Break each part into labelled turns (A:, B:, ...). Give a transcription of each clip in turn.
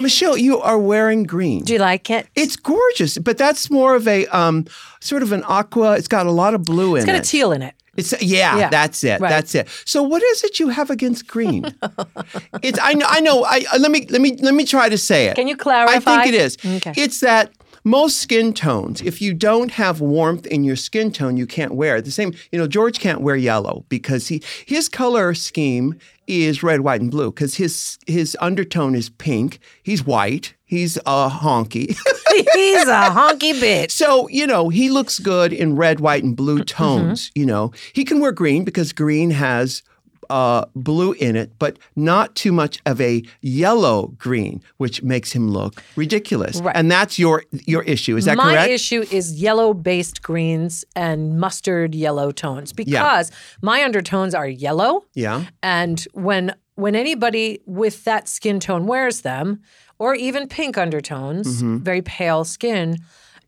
A: Michelle, you are wearing green.
B: Do you like it?
A: It's gorgeous, but that's more of a um, sort of an aqua. It's got a lot of blue
B: It's
A: in
B: got
A: it.
B: a teal in it.
A: It's yeah,
B: Yeah,
A: that's it.
B: right.
A: That's it. So what is it you have against green? it's I know I know I I- let me let me let me try to say it.
B: Can you
A: I
B: clarify?
A: think it is.
B: Okay.
A: It's that most skin tones, if you don't have warmth in your skin tone, you can't wear it. The same, you know, George can't wear yellow because he his color scheme is red, white, and blue because his his undertone is pink. He's white. He's a honky.
B: He's a honky bitch.
A: So, you know, he looks good in red, white, and blue
B: Mm-hmm.
A: tones. You know, he can wear green because green has uh, blue in it, but not too much of a yellow green, which makes him look ridiculous.
B: Right.
A: And that's your your issue. Is that
B: My
A: correct?
B: issue is yellow based greens and mustard yellow tones because my undertones are yellow.
A: Yeah.
B: And when when anybody with that skin tone wears them, or even pink undertones,
A: Mm-hmm.
B: very pale skin,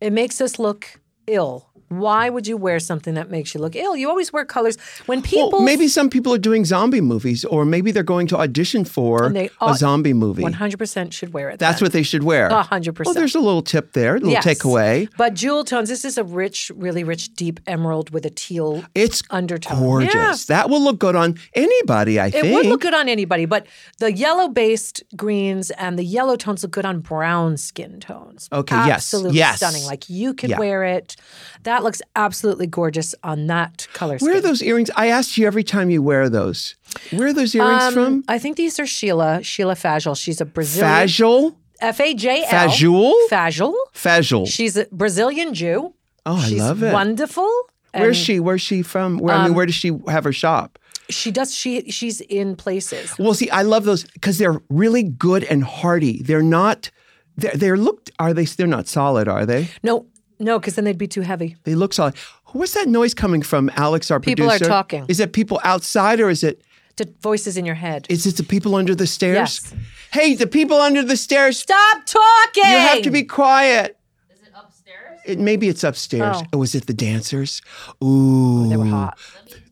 B: it makes us look ill. Why would you wear something that makes you look ill? You always wear colors. When people
A: Well, maybe some people are doing zombie movies, or maybe they're going to audition for
B: And they
A: a
B: ought-
A: zombie movie.
B: 100% should wear it.
A: That's
B: then.
A: what they should wear.
B: A
A: Well,
B: hundred percent.
A: there's a little tip there, a little
B: Yes.
A: takeaway.
B: But jewel tones. This is a rich, really rich, deep emerald with a teal
A: It's
B: undertone.
A: gorgeous.
B: Yeah.
A: That will look good on anybody, I
B: It
A: think.
B: would look good on anybody, but the yellow based greens and the yellow tones look good on brown skin tones.
A: Okay, yes,
B: Absolutely
A: yes.
B: stunning. Like you could
A: Yeah.
B: wear it. That looks absolutely gorgeous on that color scheme.
A: Where are those earrings? I asked you every time you wear those. Where are those earrings
B: Um,
A: from?
B: I think these are Sheila, Sheila Fajal. She's a Brazilian.
A: Fajol?
B: F A J L.
A: Fajul?
B: Fajal.
A: Fajol.
B: She's a Brazilian Jew.
A: Oh, I
B: She's
A: love it.
B: wonderful.
A: Where's
B: and
A: she? Where's she from? Where
B: um,
A: I mean, where does she have her shop?
B: She does. She she's in places.
A: Well, see, I love those because they're really good and hardy. They're not. They're, they're looked. Are they? They're not solid, are they?
B: No, no, because then they'd be too heavy.
A: They look solid. What's that noise coming from, Alex? Our
B: People are
A: producer.
B: talking.
A: Is it people outside or is it?
B: The voices in your head.
A: Is it the people under the stairs?
B: Yes.
A: Hey, the people under the stairs.
B: Stop talking.
A: You have to be quiet.
C: Is it upstairs?
A: It, maybe it's upstairs.
B: Oh.
A: Oh. was it the dancers? Ooh,
B: They were hot.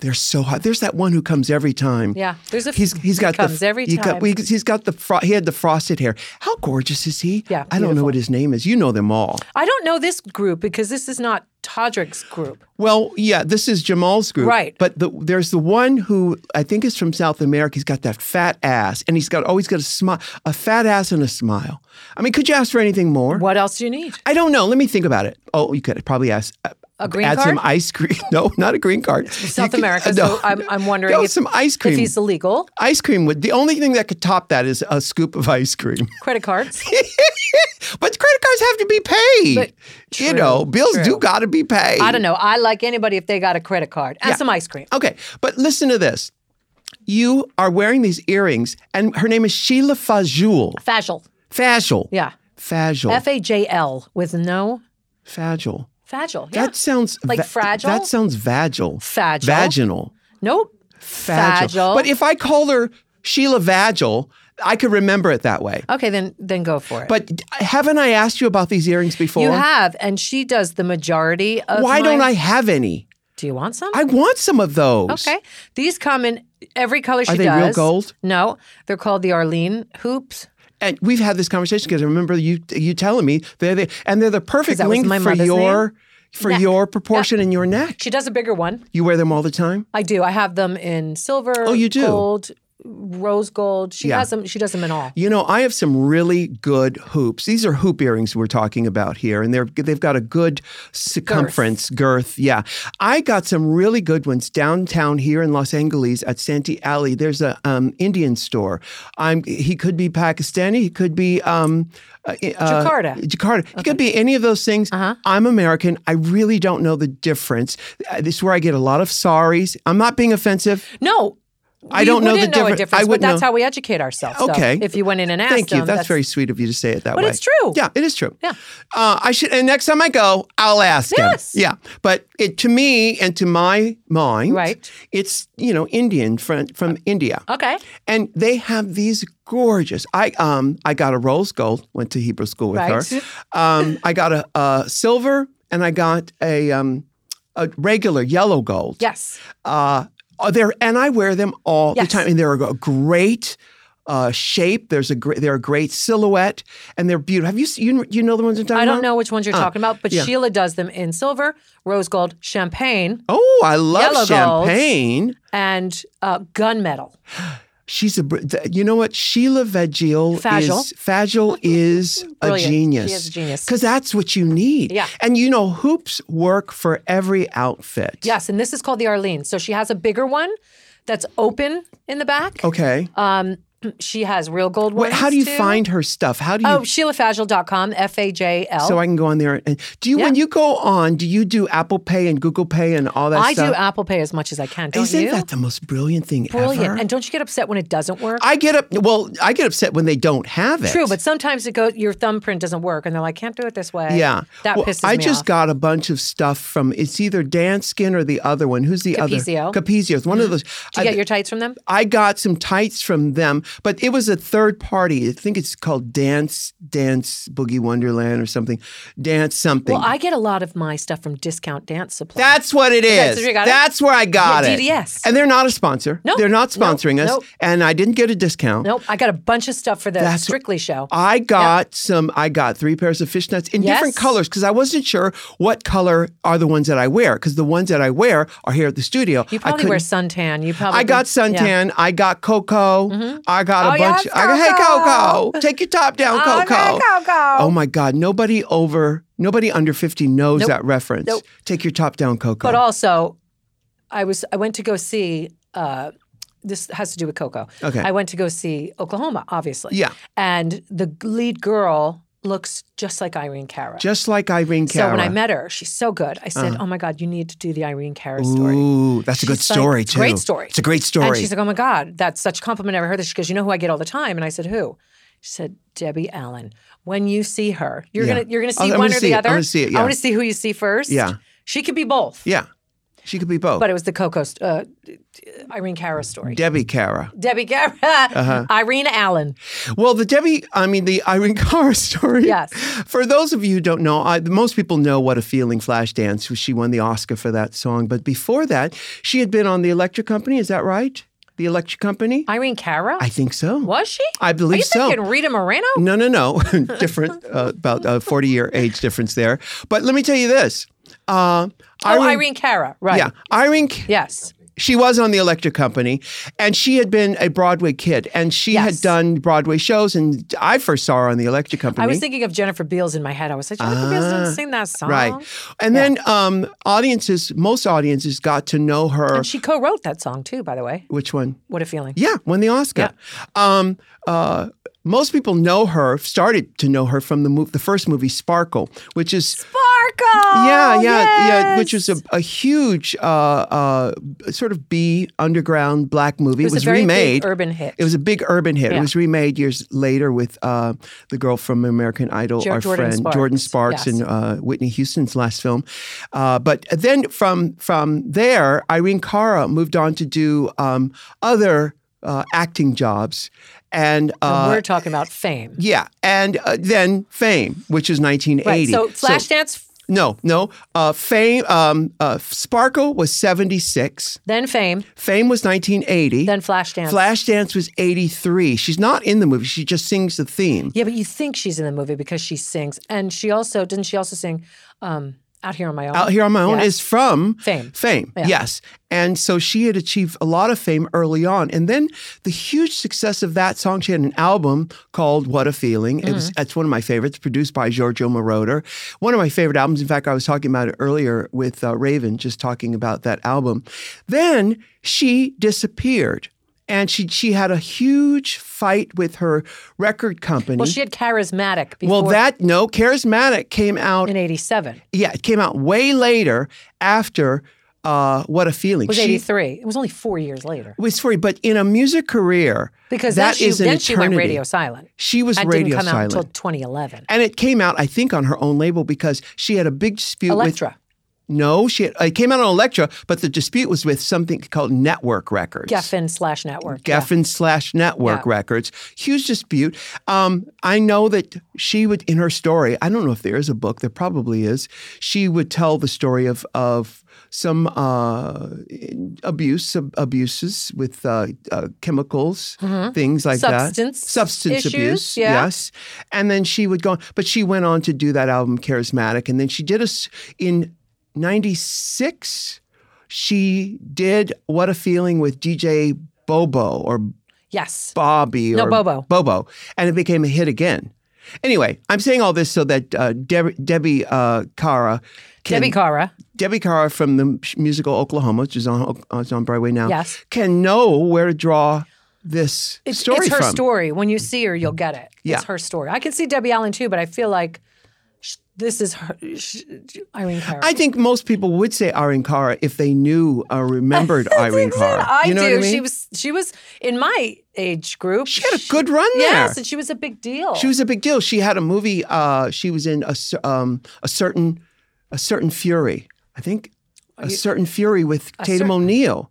A: They're so hot. There's that one who comes every time.
B: Yeah, there's a f-
A: he's he's
B: he
A: got
B: comes
A: the,
B: every
A: he
B: time.
A: Got, we- he's got the fro- he had the frosted hair. How gorgeous is he?
B: Yeah,
A: I don't know what his name is. You know them all.
B: I don't know this group because this is not Todrick's group.
A: Well, yeah, this is Jamal's group,
B: Right.
A: But the, there's the one who I think is from South America. He's got that fat ass, and he's got always got a smile, a fat ass and a smile. I mean, could you ask for anything more?
B: What else do you need?
A: I don't know. Let me think about it. Oh, you could probably ask. Uh,
B: A green
A: add some
B: card?
A: ice cream. No, not a green card. You
B: South
A: could- uh,
B: America.
A: no.
B: So I'm, I'm wondering
A: No,
B: if,
A: some ice
B: if
A: cream.
B: he's illegal.
A: ice cream would. The only thing that could top that is a scoop of ice cream.
B: Credit cards.
A: But credit cards have to be paid.
B: But-
A: you
B: true,
A: know, bills
B: true.
A: do got to be paid.
B: I don't know. I like anybody if they got a credit card and some ice cream.
A: Okay, but listen to this. You are wearing these earrings, and her name is Sheila Fajul.
B: Fajal.
A: Fajul.
B: Yeah.
A: Fajul.
B: F A J L with no
A: Fajul.
B: Fajal. Yeah.
A: That sounds
B: Like fragile?
A: That sounds vaginal.
B: Fagil.
A: Vaginal.
B: nope.
A: Fagil.
B: Fagil.
A: But if I called her Sheila Vagil, I could remember it that way.
B: Okay, then then go for it.
A: But haven't I asked you about these earrings before?
B: you have, and she does the majority of.
A: Why don't
B: my-
A: I have any?
B: Do you want some?
A: I want some of those.
B: Okay. These come in every color she
A: they real
B: does.
A: gold?
B: No. They're called the Arlene hoops.
A: And we've had this conversation because I remember you you telling me they're the, and they're the perfect
B: that was
A: length
B: my
A: for
B: mother's
A: your for
B: Neck.
A: your proportion and your neck.
B: She does a bigger one.
A: You wear them all the time.
B: I do. I have them in silver. Oh,
A: you do?
B: Gold, rose gold. She
A: Yeah.
B: has them. She does them in all.
A: You know, I have some really good hoops. These are hoop earrings we're talking about here, and they're they've got a good circumference girth. Yeah, I got some really good ones downtown here in Los Angeles at Santee Alley. There's a um, Indian store. I'm he could be Pakistani, he could be um, uh, uh,
B: Jakarta.
A: Jakarta. He could be any of those things. I'm American. I really don't know the difference. Uh, This is where I get a lot of sorries. I'm not being offensive.
B: No.
A: I
B: we
A: don't know the
B: wouldn't
A: difference.
B: a difference,
A: I
B: but
A: wouldn't
B: that's
A: know.
B: how we educate ourselves. So
A: Okay.
B: if you went in and asked
A: Thank you.
B: them,
A: That's, very sweet of you to say it that
B: But
A: way.
B: it's true.
A: Yeah, it is true.
B: Yeah.
A: Uh, I should. And next time I go, I'll ask him.
B: Yes.
A: Yeah. But it to me and to my mind,
B: Right.
A: It's you know Indian from from India,
B: Okay.
A: and they have these gorgeous. I um I got a rose gold. Went to Hebrew school with
B: Right.
A: her. Um, I got a, a silver, and I got a um a regular yellow gold.
B: Yes.
A: Uh, are there uh, and I wear them all
B: Yes.
A: the time, and they're a great uh, shape. There's a gr- they're a great silhouette, and they're beautiful. Have you seen, you you know the ones I'm talking
B: I don't
A: about?
B: know which ones you're talking about, but
A: Uh-huh. Uh, yeah.
B: Sheila does them in silver, rose gold, champagne,
A: Oh, I love
B: Yellow golds.
A: champagne.
B: and uh, gunmetal.
A: She's a br- th- you know what Sheila Vegil
B: Fagel.
A: is Fagel is a
B: Brilliant.
A: genius.
B: She is a genius.
A: Cuz that's what you need.
B: Yeah.
A: And you know hoops work for every outfit.
B: Yes, and this is called the Arlene. So she has a bigger one that's open in the back.
A: Okay.
B: Um, she has real gold
A: Oh. Wait,
B: ones.
A: how do you
B: too.
A: find her stuff? How do you
B: Oh, SheilaFagel.com, F A J L.
A: so I can go on there and do you when you go on do you do Apple Pay and Google Pay and all that
B: I do
A: stuff?
B: Apple Pay as much as I can. Don't
A: Isn't
B: you?
A: that the most brilliant thing
B: Brilliant.
A: ever?
B: And don't you get upset when it doesn't work?
A: I get up well I get upset when they don't have it.
B: True, but sometimes it goes. Your thumbprint doesn't work, and they're like, "Can't do it this way."
A: Yeah.
B: that
A: Well,
B: pisses
A: I
B: me
A: just
B: off.
A: got a bunch of stuff from it's either Dan Skin or the other one. Who's the
B: Capizio. Mm-hmm.
A: other? Capizio. It's one of those.
B: Did you
A: I,
B: get your tights from them?
A: I got some tights from them, but it was a third party. I think it's called Dance Dance Boogie Wonderland or something. Dance something.
B: Well, I get a lot of my stuff from Discount Dance Supply.
A: that's what it
B: That's
A: is.
B: where you got it?
A: That's where I got
B: Yeah,
A: it.
B: DDS.
A: And they're not a sponsor.
B: Nope.
A: They're not
B: Nope.
A: sponsoring us.
B: Nope.
A: And I didn't get a discount.
B: nope, I got a bunch of stuff for the
A: That's-
B: Strictly show.
A: I got some. I got three pairs of fishnets in different
B: Yes.
A: colors because I wasn't sure what color are the ones that I wear because the ones that I wear are here at the studio.
B: you
A: I
B: probably
A: couldn't-
B: wear suntan. You probably
A: I got
B: Yeah.
A: suntan. I got cocoa. I got a
B: Oh,
A: bunch.
B: yes,
A: I got, hey,
B: Coco.
A: coco, take your top down,
B: Oh,
A: coco.
B: no, Coco.
A: Oh my God! Nobody over, nobody under fifty knows that reference.
B: Nope.
A: Take your top down, coco.
B: But also, I was I went to go see. Uh, this has to do with Coco.
A: Okay.
B: I went to go see Oklahoma, obviously.
A: Yeah.
B: And the lead girl looks just like Irene Cara.
A: Just like Irene
B: So
A: Cara. Uh-huh.
B: when I met her, she's so good. I said, "Oh my God, you need to do the Irene Cara story."
A: Ooh, that's a good
B: She's like,
A: story
B: "It's a
A: too.
B: great story."
A: It's a great story.
B: And she's like, "Oh my God, that's such a compliment. I never heard this." She goes, "You know who I get all the time?" And I said, "Who?" She said, "Debbie Allen." When you see her, you're
A: Yeah.
B: gonna you're gonna
A: I'll-
B: see
A: I'm
B: one
A: gonna see
B: or the
A: it. I'm
B: other.
A: gonna see it, yeah.
B: I want to see who you see first.
A: Yeah.
B: she could be both.
A: yeah, she could be both.
B: But it was the Coco, st- uh, Irene Cara story.
A: Debbie Cara.
B: Debbie Cara,
A: Uh-huh.
B: Irene Allen.
A: Well, the Debbie, I mean, the Irene Cara story.
B: Yes.
A: For those of you who don't know, I, most people know what a feeling Flashdance. She won the Oscar for that song. But before that, she had been on the Electric Company. Is that right? The Electric Company?
B: Irene Cara.
A: I think so.
B: was she?
A: I
B: Are
A: believe
B: you
A: so.
B: thinking Rita Moreno?
A: No, no, no. Different, uh, about a 40 year age difference there. But let me tell you this. Uh,
B: oh, Irene Cara. Right.
A: Yeah. Irene
B: Yes.
A: she was on the Electric Company, and she had been a Broadway kid, and she
B: Yes.
A: had done Broadway shows. And I first saw her on the Electric Company.
B: I was thinking "Oh." of Jennifer Beals in my head. I was like, Jennifer Beals didn't sing that song.
A: Ah, right, and then um, audiences, most audiences got to know her.
B: And she co-wrote that song too, by the way.
A: which one?
B: What a feeling.
A: Yeah, won the Oscar. Um, uh, most people know her, started to know her from the mov- the first movie Sparkle, which is
B: Sparkle.
A: yeah, yeah, yeah,
B: Oh, yes!
A: which was a, a huge uh, uh, sort of B underground black movie. It
B: It
A: was,
B: was a very
A: remade.
B: big urban hit.
A: It was a big urban hit. It
B: Yeah.
A: was remade years later with uh, the girl from American Idol,
B: Jo-
A: our
B: Jordan
A: friend
B: Sparks.
A: Jordan Sparks,
B: Yes.
A: and uh, Whitney Houston's last film. Uh, but then from from there, Irene Cara moved on to do um, other uh, acting jobs, and
B: And
A: uh,
B: we're talking about fame.
A: yeah, and uh, then Fame, which is 1980.
B: Right. So Flashdance,
A: no, no, uh, Fame. Um, uh, Sparkle was 76.
B: then fame,
A: Fame was 1980.
B: then Flashdance.
A: Flashdance was 83. She's not in the movie. She just sings the theme.
B: yeah, but you think she's in the movie because she sings. And she also, didn't she also sing um, Out Here on My Own?
A: Out Here on My Own
B: Yeah.
A: is from
B: Fame.
A: Fame, yes. And so she had achieved a lot of fame early on. And then the huge success of that song, she had an album called What a Feeling. It
B: Mm-hmm.
A: was That's one of my favorites, produced by Giorgio Moroder. One of my favorite albums. In fact, I was talking about it earlier with uh, Raven, just talking about that album. Then she disappeared. And she she had a huge fight with her record company.
B: Well, she had Charismatic before
A: Well, that no, charismatic came out.
B: in 87.
A: Yeah, it came out way later after uh, what a feeling.
B: It was
A: She-
B: 83. It was only four years later.
A: it was free, but in a music career,
B: Because
A: that
B: then, she,
A: is an
B: then she went
A: eternity.
B: radio silent.
A: She was
B: That
A: radio
B: didn't come
A: silent,
B: out until 2011.
A: and it came out, I think, on her own label because she had a big dispute with.
B: Electra.
A: No, she had, it came out on Electra, but the dispute was with something called Network Records.
B: Geffen slash network. yeah.
A: Geffen slash Network Records. Huge dispute. Um, I know that she would, in her story, I don't know if there is a book. There probably is. She would tell the story of of some uh, abuse ab- abuses with uh, uh, chemicals,
B: Mm-hmm.
A: things like
B: Substance
A: that. Substance
B: issues,
A: abuse,
B: yeah.
A: yes. And then she would go, on, but she went on to do that album Charismatic, and then she did us in '96. She did What a Feeling with DJ Bobo or
B: Yes.
A: Bobby
B: No,
A: or
B: Bobo.
A: Bobo, and it became a hit again. Anyway, I'm saying all this so that uh, Deb- Debbie uh, Cara, can,
B: Debbie Cara.
A: Debbie Cara from the musical Oklahoma, which is on uh, is on Broadway now,
B: Yes.
A: can know where to draw this
B: It's,
A: story
B: it's her
A: from.
B: story. When you see her, you'll get it.
A: Yeah.
B: It's her story. I can see Debbie Allen too, but I feel like sh- this is her. Sh- Irene Cara.
A: I think most people would say Irene Cara if they knew or remembered Irene Cara.
B: I
A: you know
B: do.
A: what I mean?
B: She was she was in my age group.
A: She had a good run there.
B: Yes, and she was a big deal.
A: She was a big deal. She had a movie. Uh, she was in a, cer- um, a certain a certain fury. I think a certain fury with Tatum
B: cer-
A: O'Neal.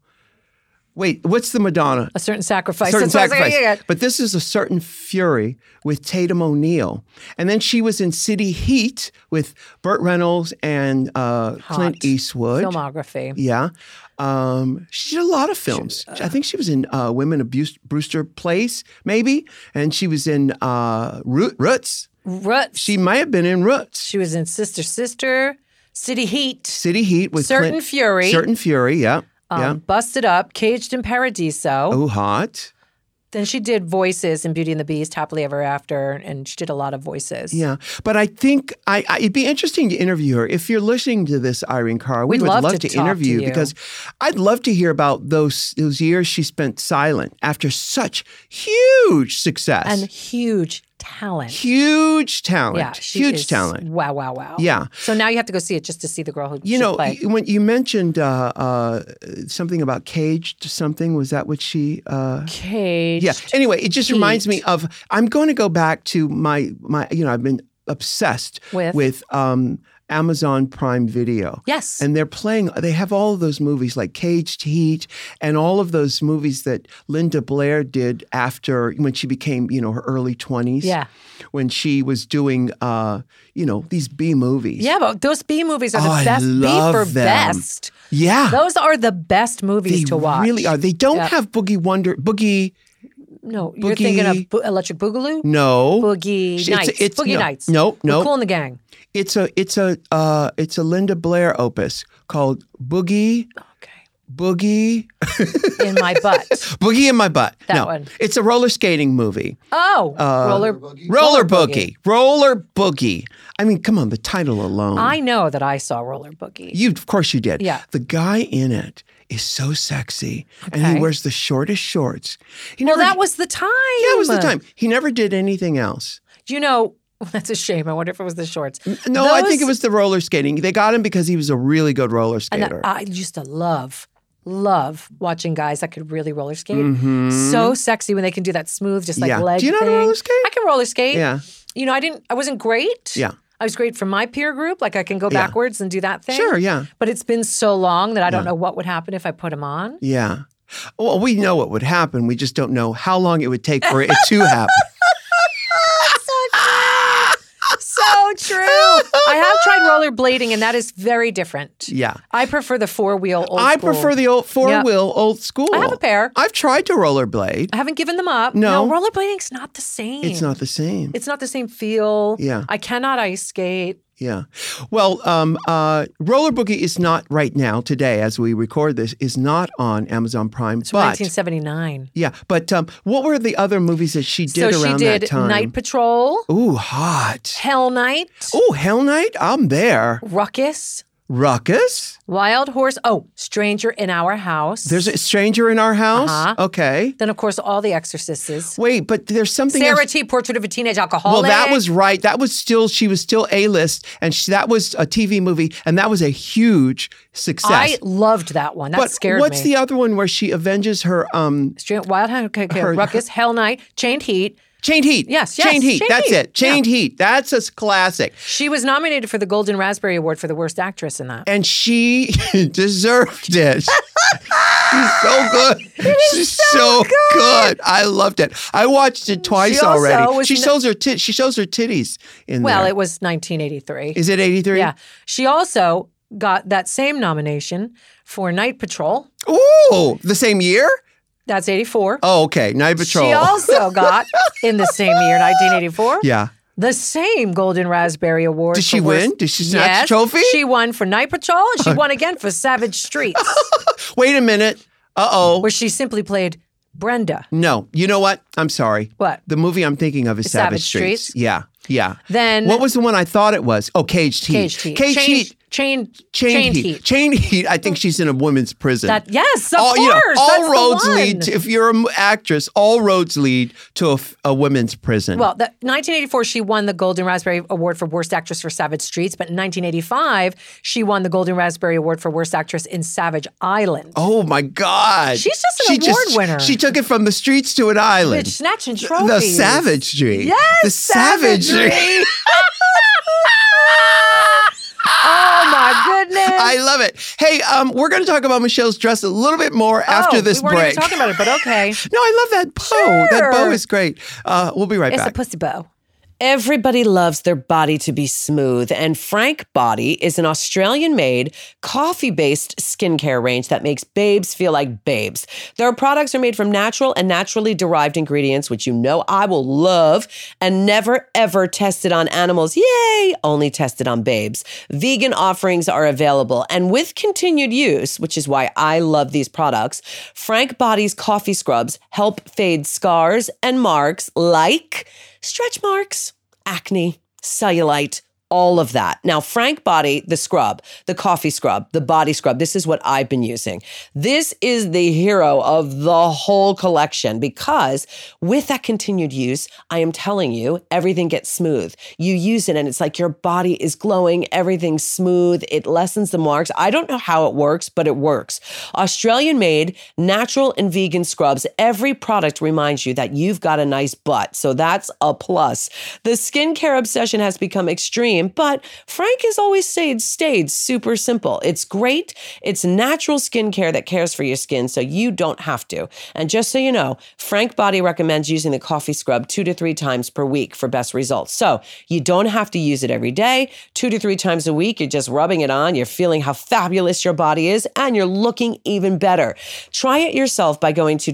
A: Wait, what's the Madonna?
B: a certain sacrifice.
A: certain
B: That's what I was like,
A: sacrifice.
B: yeah, yeah.
A: But this is a certain fury with Tatum O'Neal, and then she was in City Heat with Burt Reynolds and uh, Clint Eastwood.
B: Filmography.
A: Yeah. Um, she did a lot of films. I think she was in uh, Women of Bus- Brewster Place, maybe, and she was in uh, Root, Roots.
B: Roots.
A: She might have been in Roots.
B: She was in Sister Sister, City Heat,
A: City Heat with
B: Certain
A: Clint-
B: Fury.
A: Certain Fury. Yeah.
B: um,
A: yeah.
B: Busted Up, Caged in Paradiso.
A: Oh, hot.
B: Then she did voices in Beauty and the Beast, Happily Ever After, and she did a lot of voices.
A: Yeah, but I think I, I it'd be interesting to interview her if you're listening to this, Irene Carr. We
B: We'd
A: would
B: love to talk to
A: interview you
B: you.
A: because I'd love to hear about those those years she spent silent after such huge success,
B: And huge talent.
A: huge talent,
B: Yeah, she
A: huge
B: is-
A: talent.
B: Wow, wow, wow.
A: Yeah.
B: So now you have to go see it just to see the girl who
A: You
B: she
A: know,
B: played.
A: y- when you mentioned uh, uh, something about caged something, was that what she? Uh,
B: Caged.
A: yeah. Anyway, it just reminds me
B: Heat.
A: of. I'm going to go back to my my. You know, I've been obsessed
B: With?
A: with um, Amazon Prime Video.
B: Yes.
A: And they're playing, they have all of those movies like Caged Heat and all of those movies that Linda Blair did after when she became, you know, her early 20s.
B: Yeah.
A: When she was doing, uh, you know, these B movies.
B: yeah, but those B movies are the
A: Oh, I
B: best.
A: love
B: B for
A: them.
B: best.
A: Yeah.
B: Those are the best movies
A: they
B: to watch.
A: really are. They don't
B: Yeah.
A: have Boogie Wonder, Boogie,
B: No, you're thinking
A: Boogie-
B: of bo- Electric Boogaloo?
A: no.
B: Boogie
A: It's-
B: Nights.
A: it's-
B: Boogie
A: no,
B: Nights.
A: no,
B: We're
A: no.
B: Cool in the Gang.
A: It's a, it's a, uh, it's a Linda Blair opus called Boogie,
B: Okay.
A: Boogie,
B: In my butt.
A: Boogie in My Butt.
B: That
A: no,
B: one.
A: it's a roller skating movie.
B: Oh, roller.
A: Uh, Roller boogie. Roller boogie. I mean, come on, the title alone.
B: I know that I saw roller boogie.
A: you of course you did.
B: Yeah.
A: The guy in it is so sexy and he
B: Okay.
A: wears the shortest shorts. He
B: well,
A: never
B: that was the time.
A: that was the time. He never did anything else.
B: You know, that's a shame. I wonder if it was the shorts.
A: No, I think it was the roller skating. They got him because he was a really good roller
B: And
A: skater.
B: I used to love, love watching guys that could really roller skate. So sexy when they can do that smooth, just like
A: Mm-hmm. Yeah.
B: leg.
A: Do you know how to
B: thing.
A: roller skate?
B: I can roller skate.
A: Yeah.
B: You know, I didn't. I wasn't great.
A: Yeah.
B: I was great for my peer group. Like I can go
A: Yeah.
B: backwards and do that thing.
A: Sure, yeah.
B: But it's been so long that I don't know what would happen if I put them on.
A: yeah. Well, we know what would happen. We just don't know how long it would take for it to happen.
B: so true. I have tried rollerblading, and that is very different.
A: Yeah.
B: I prefer the four wheel.
A: I prefer the old four wheel old school.
B: I have a pair.
A: I've tried to rollerblade.
B: I haven't given them up.
A: No.
B: rollerblading's not the same.
A: It's not the same.
B: It's not the same feel.
A: Yeah.
B: I cannot ice skate.
A: Yeah. Well, um, uh, Roller Boogie is not right now, today, as we record this, is not on Amazon Prime.
B: It's from
A: but
B: 1979.
A: yeah, but um, what were the other movies that she
B: So
A: did
B: she
A: around
B: did
A: that time?
B: Night Patrol,
A: Ooh, hot.
B: Hell Night,
A: Ooh, Hell Night. I'm there.
B: Ruckus,
A: Ruckus.
B: Wild Horse. Oh, Stranger in Our House.
A: There's a stranger in our house.
B: Uh-huh.
A: Okay.
B: then of course all the Exorcists.
A: Wait, but there's something.
B: Sarah
A: else-
B: T. Portrait of a Teenage
A: Well,
B: Alcoholic.
A: that was right. That was still she was still a list, and she, that was a TV movie, and that was a huge success.
B: I loved that one. That
A: but
B: scared
A: what's
B: me.
A: the other one where she avenges her um
B: Stra- Wild Horse, okay, okay.
A: Her-
B: Ruckus, Hell Night, Chained Heat.
A: Chained Heat.
B: Yes, yes,
A: Chained Heat.
B: Chained
A: That's
B: Heat.
A: it. Chained Heat. That's a classic.
B: She was nominated for the Golden Raspberry Award for the worst actress in that.
A: And she deserved it. She's so good. She's so, good. I loved it. I watched it twice
B: She also
A: already.
B: was
A: She
B: n-
A: shows her tit. She shows her titties in
B: Well,
A: there.
B: it was 1983.
A: Is it eighty three?
B: Yeah. She also
D: got that same nomination for Night Patrol.
A: Ooh, the same year?
D: That's 84.
A: Oh, okay. Night Patrol.
D: She also got in the same year, 1984,
A: yeah.
D: the same Golden Raspberry Award.
A: Did
D: for
A: she
D: worst-
A: win? Did she snatch
D: Yes,
A: the trophy?
D: She won for Night Patrol and she won again for Savage Streets,
A: Wait a minute. Uh oh.
D: where she simply played Brenda.
A: No. You know what? I'm sorry.
D: What?
A: The movie I'm thinking of is Savage,
D: Savage
A: Streets.
D: Streets?
A: Yeah. Yeah.
D: Then
A: what was the one I thought it was? Oh, Caged Heat.
D: Caged Heat.
A: Caged
D: Chain-
A: Heat.
D: Chain,
A: Chain,
D: Chain
A: heat.
D: Heat.
A: Chain Heat. I think she's in a women's prison.
D: That yes, of
A: all
D: course.
A: you know, all
D: that's the
A: roads
D: one.
A: lead. To, if you're an actress, all roads lead to a, f- a women's prison.
D: Well, that, 1984, she won the Golden Raspberry Award for Worst Actress for Savage Streets, but in 1985, she won the Golden Raspberry Award for Worst Actress in Savage Island.
A: oh my God,
D: She's just an
A: She
D: award winner.
A: She took it from the streets to an island.
D: Bitch, snatching trophies.
A: the savage street.
D: Yes,
A: the savage
D: savagery. oh my goodness!
A: I love it. Hey, um, we're going to talk about Michelle's dress a little bit more after
D: oh,
A: this
D: we weren't
A: break.
D: even talking about it, but okay.
A: no, I love that bow. That bow
D: Sure.
A: is great. Uh, we'll be right
D: It's a
A: back.
D: pussy bow.
B: Everybody loves their body to be smooth, and Frank Body is an Australian made, coffee based skincare range that makes babes feel like babes. Their products are made from natural and naturally derived ingredients, which you know I will love, and never ever tested on animals. Yay! Only tested on babes. Vegan offerings are available, and with continued use, which is why I love these products, Frank Body's coffee scrubs help fade scars and marks like stretch marks, acne, cellulite, all of that. Now, Frank Body, the scrub, the coffee scrub, the body scrub, this is what I've been using. This is the hero of the whole collection because with that continued use, I am telling you, everything gets smooth. You use it and it's like your body is glowing, everything's smooth, it lessens the marks. I don't know how it works, but it works. Australian made, natural and vegan scrubs. Every product reminds you that you've got a nice butt. So that's a plus. The skincare obsession has become extreme, but Frank has always stayed, stayed super simple. It's great. It's natural skincare that cares for your skin so you don't have to. And just so you know, Frank Body recommends using the coffee scrub two to three times per week for best results. So you don't have to use it every day. Two to three times a week, you're just rubbing it on. You're feeling how fabulous your body is and you're looking even better. Try it yourself by going to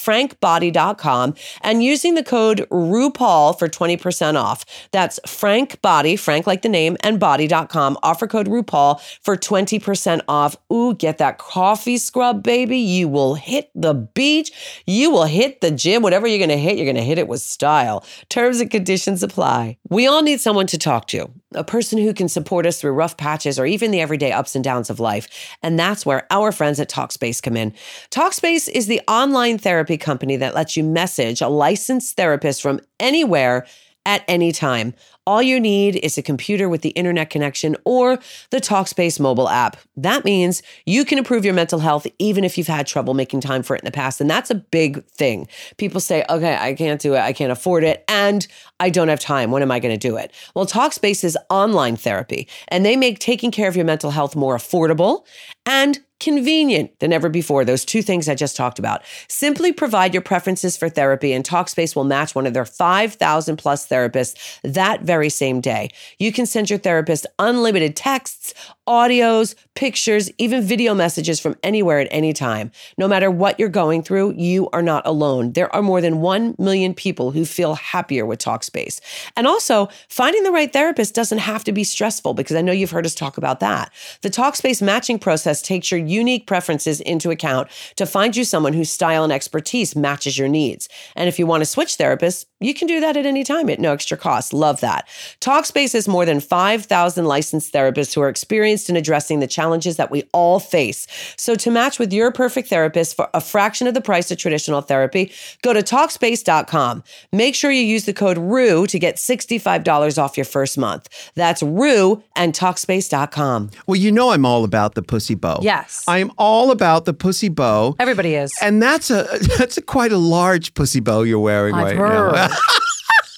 B: www.frankbody.com and using the code RuPaul for 20% off. That's Frank Body, Frank like the name, and body.com. Offer code RuPaul for 20% off. Ooh, get that coffee scrub, baby. You will hit the beach. You will hit the gym. Whatever you're going to hit, you're going to hit it with style. Terms and conditions apply. We all need someone to talk to, a person who can support us through rough patches or even the everyday ups and downs of life. And that's where our friends at Talkspace come in. Talkspace is the online therapy company that lets you message a licensed therapist from anywhere at any time. All you need is a computer with the internet connection or the Talkspace mobile app. That means you can improve your mental health even if you've had trouble making time for it in the past. And that's a big thing. People say, okay, I can't do it. I can't afford it. And I don't have time. When am I going to do it? Well, Talkspace is online therapy and they make taking care of your mental health more affordable and convenient than ever before. Those two things I just talked about. Simply provide your preferences for therapy, and Talkspace will match one of their 5,000 plus therapists that very same day. You can send your therapist unlimited texts, audios, pictures, even video messages from anywhere at any time. No matter what you're going through, you are not alone. There are more than 1 million people who feel happier with Talkspace. And also, finding the right therapist doesn't have to be stressful because I know you've heard us talk about that. The Talkspace matching process takes your unique preferences into account to find you someone whose style and expertise matches your needs. And if you want to switch therapists, you can do that at any time at no extra cost. Love that. Talkspace has more than 5,000 licensed therapists who are experienced in addressing the challenges that we all face. So to match with your perfect therapist for a fraction of the price of traditional therapy, go to Talkspace.com. Make sure you use the code RUE to get $65 off your first month. That's RUE and Talkspace.com.
A: Well, you know I'm all about the pussy bow.
D: Yes.
A: I am all about the pussy bow.
D: Everybody is.
A: And that's a that's a quite a large pussy bow you're wearing
D: I've
A: right
D: heard.
A: now.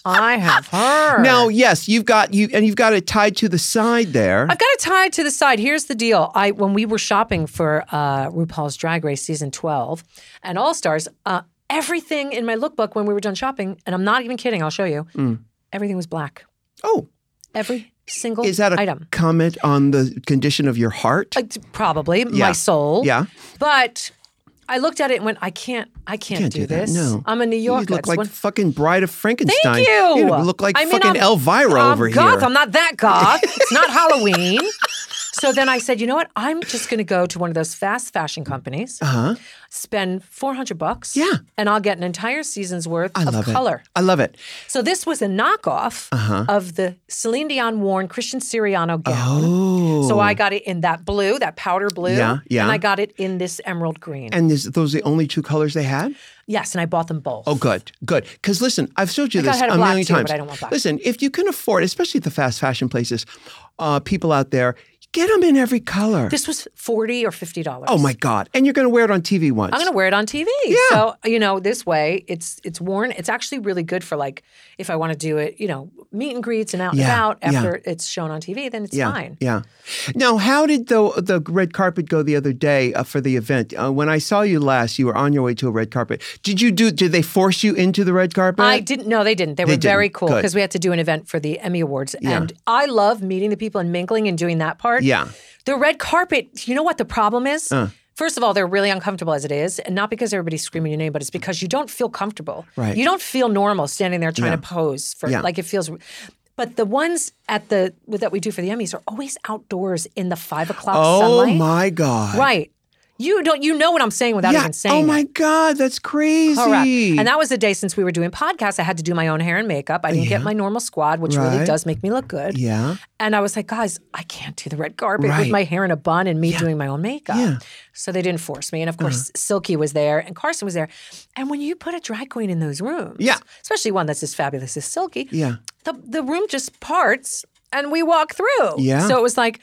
D: I have heard.
A: Now, yes, you've got you and you've got it tied to the side there.
D: I've got it tied to the side. Here's the deal. I when we were shopping for uh, RuPaul's Drag Race season 12 and All Stars, uh, everything in my lookbook
A: Hmm.
D: when we were done shopping, and I'm not even kidding, I'll show you. Everything was black.
A: oh,
D: Every
B: single
A: Is that a
B: item.
A: comment on the condition of your heart?
B: Uh, t- Probably
A: Yeah.
B: my soul.
A: Yeah.
B: But I looked at it and went, I can't, I can't,
A: Can't do that,
B: this.
A: no.
B: I'm a New
A: You
B: Yorker.
A: look
B: It's
A: like
B: one-
A: fucking Bride of Frankenstein.
B: Thank you.
A: You look like
B: I mean,
A: fucking
B: I'm-
A: Elvira
B: I'm
A: over
B: goth.
A: here.
B: I'm not that goth. It's not Halloween. So then I said, you know what? I'm just going to go to one of those fast fashion companies,
A: uh-huh.
B: spend 400 bucks,
A: Yeah.
B: and I'll get an entire season's worth
A: I
B: of
A: love it.
B: color.
A: Uh-huh. I love it.
B: So this was a knockoff of the Celine Dion worn Christian Siriano gown.
A: Oh.
B: So I got it in that blue, that powder blue.
A: Yeah, yeah.
B: And I got it in this emerald green.
A: And is those the only two colors they had?
B: yes, and I bought them both.
A: Oh, good, good. Because listen, I've showed you
B: I got
A: this
B: ahead of
A: a
B: black
A: million
B: too, but
A: times.
B: I don't want black.
A: Listen, if you can afford, especially the fast fashion places, uh, people out there, get them in every color.
B: This was 40 or $50.
A: oh my God! And you're going to wear it on TV once.
B: I'm gonna wear it on TV. So you know, this way it's it's worn. It's actually really good for like if I want to do it, you know, meet and greets and out
A: Yeah,
B: and about
A: yeah.
B: after it's shown on TV, then it's
A: yeah,
B: fine.
A: yeah. Now, how did the the red carpet go the other day uh, for the event? Uh, when I saw you last, you were on your way to a red carpet. Did you do? Did they force you into the red carpet?
B: I didn't. No, they didn't. They, were
A: didn't.
B: very cool
A: Good.
B: because we had to do an event for the Emmy Awards, and I love meeting the people and mingling and doing that part.
A: Yeah. Uh.
B: The red carpet. You know what the problem is? First of all, they're really uncomfortable as it is, and not because everybody's screaming your name, but it's because you don't feel comfortable.
A: Right.
B: You don't feel normal standing there trying to pose for
A: Yeah.
B: like it feels. But the ones at the that we do for the Emmys are always outdoors in the five o'clock
A: Oh
B: sunlight.
A: my God!
B: Right. You don't. You know what I'm saying without
A: Yeah.
B: even saying.
A: oh
B: it.
A: my God! That's crazy.
B: Correct. And that was the day since we were doing podcasts. I had to do my own hair and makeup. I didn't get my normal squad, which really
A: Right.
B: does make me look good.
A: yeah.
B: And I was like, guys, I can't do the red carpet
A: Right.
B: with my hair in a bun and me doing my own makeup.
A: Yeah. Uh-huh.
B: So they didn't force me. And of course, Silky was there and Carson was there. And when you put a drag queen in those rooms,
A: Yeah.
B: especially one that's as fabulous as Silky,
A: Yeah.
B: the, the room just parts and we walk through.
A: Yeah.
B: So it was like,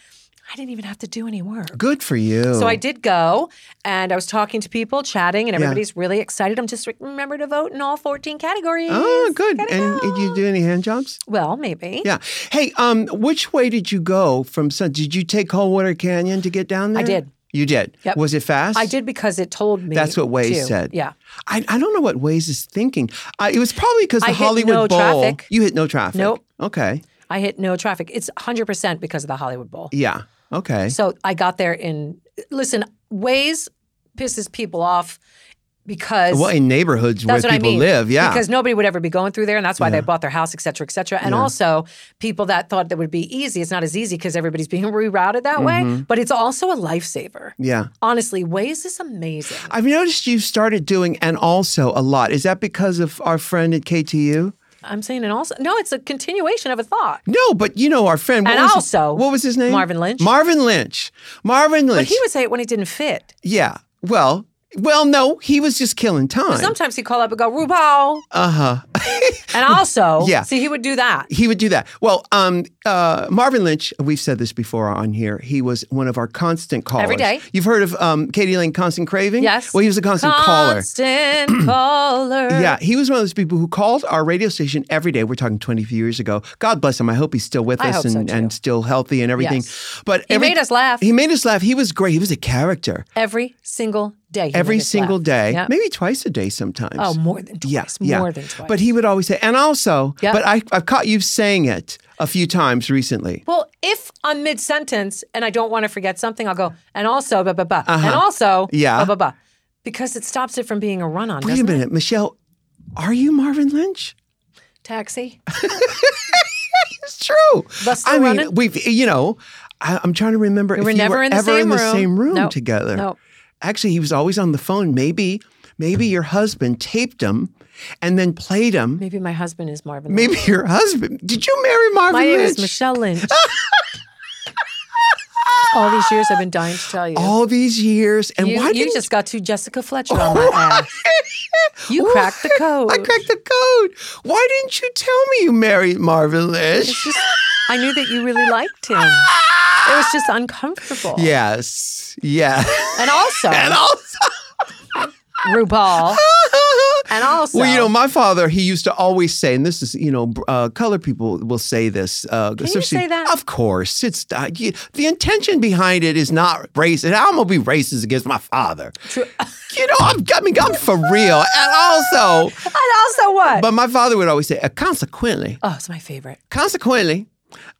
B: I didn't even have to do any work.
A: Good for you.
B: So I did go and I was talking to people, chatting, and everybody's really excited. I'm just like, remember to vote in all 14 categories.
A: Oh, good.
B: Gotta
A: And
B: go.
A: did you do any hand jobs?
B: well, maybe.
A: Yeah. Hey, um, which way did you go from Sun? Did you take Coldwater Canyon to get down there?
B: did.
A: You did.
B: Yep.
A: Was it fast?
B: I did because it told me.
A: That's what Waze
B: to.
A: said.
B: Yeah.
A: I, I don't know what Waze is thinking. I, it was probably because the
B: I hit
A: Hollywood
B: no
A: Bowl.
B: traffic.
A: You hit no traffic.
B: Nope.
A: Okay.
B: I hit no traffic. It's 100% because of the Hollywood Bowl.
A: Yeah. Okay.
B: So I got there in. Listen, Waze pisses people off because.
A: well, in neighborhoods where
B: That's
A: people
B: what I mean.
A: live, yeah.
B: Because nobody would ever be going through there, and that's why they bought their house, et cetera, et cetera. And also, people that thought that would be easy, it's not as easy because everybody's being rerouted that
A: Mm-hmm.
B: way, but it's also a lifesaver.
A: yeah.
B: Honestly, Waze is amazing.
A: I've noticed you started doing and also a lot. Is that because of our friend at KTU?
B: I'm saying it also. No, it's a continuation of a thought.
A: No, but you know our friend. What
B: And
A: was his-
B: also,
A: what was his name?
B: Marvin Lynch.
A: Marvin Lynch. Marvin Lynch.
B: But he would say it when it didn't fit.
A: Yeah. Well, well, no, he was just killing time.
B: Sometimes he'd call up and go, RuPaul.
A: Uh huh.
B: And also,
A: Yeah.
B: see, he would do that.
A: He would do that. Well, um, uh, Marvin Lynch. We've said this before on here. He was one of our constant callers.
B: Every day.
A: You've heard of um, Katie Lane, constant craving.
B: Yes.
A: Well, he was a constant caller.
B: Constant caller.
A: Yeah, he was one of those people who called our radio station every day. We're talking 20 years ago. God bless him. I hope he's still with
B: I
A: us
B: hope so,
A: and,
B: too.
A: and still healthy and everything.
B: Yes.
A: But
B: He made us laugh.
A: He made us laugh. He was great. He was a character.
B: Every single day. he
A: every
B: made us
A: single
B: laugh.
A: day,
B: Yep.
A: maybe twice a day sometimes.
B: Oh, more than twice.
A: Yes,
B: More than twice.
A: But he would always say, and also,
B: Yeah.
A: but I, I've caught you saying it a few times recently.
B: well, if I'm mid sentence and I don't want to forget something, I'll go, and also, blah, blah, blah. And also,
A: Uh-huh. Yeah.
B: blah, blah, blah. Because it stops it from being a run on.
A: Wait a minute, Michelle, are you Marvin Lynch?
B: Taxi.
A: It's true.
B: Bus
A: I
B: still
A: mean,
B: running?
A: we've, you know, I, I'm trying to remember if
B: were
A: you
B: never
A: were
B: in the
A: ever
B: same
A: in the
B: room.
A: same room
B: Nope.
A: together.
B: Nope.
A: Actually, he was always on the phone. Maybe, maybe your husband taped him and then played him.
B: Maybe my husband is Marvin. Lynch.
A: Maybe your husband. Did you marry Marvin
B: My name
A: Lynch?
B: is Michelle Lynch. All these years I've been dying to tell you.
A: All these years, and
B: you,
A: Oh, why
B: you
A: didn't
B: just got two Jessica Fletcher on my ass. You cracked the code.
A: I cracked the code. Why didn't you tell me you married Marvin
B: It's
A: Lynch?
B: just, I knew that you really liked him. It was just uncomfortable.
A: Yes. Yeah.
B: And also,
A: And also,
B: RuPaul. And also,
A: well, you know, my father, he used to always say, and this is, you know, uh, color people will say this. Uh, Can
B: you say that?
A: Of course. It's uh, you, the intention behind it is not racist. I'm gonna be racist against my father.
B: True.
A: You know, I'm, I mean, I'm for real. And also,
B: and also what?
A: but my father would always say, uh, consequently,
B: oh, it's my favorite.
A: consequently,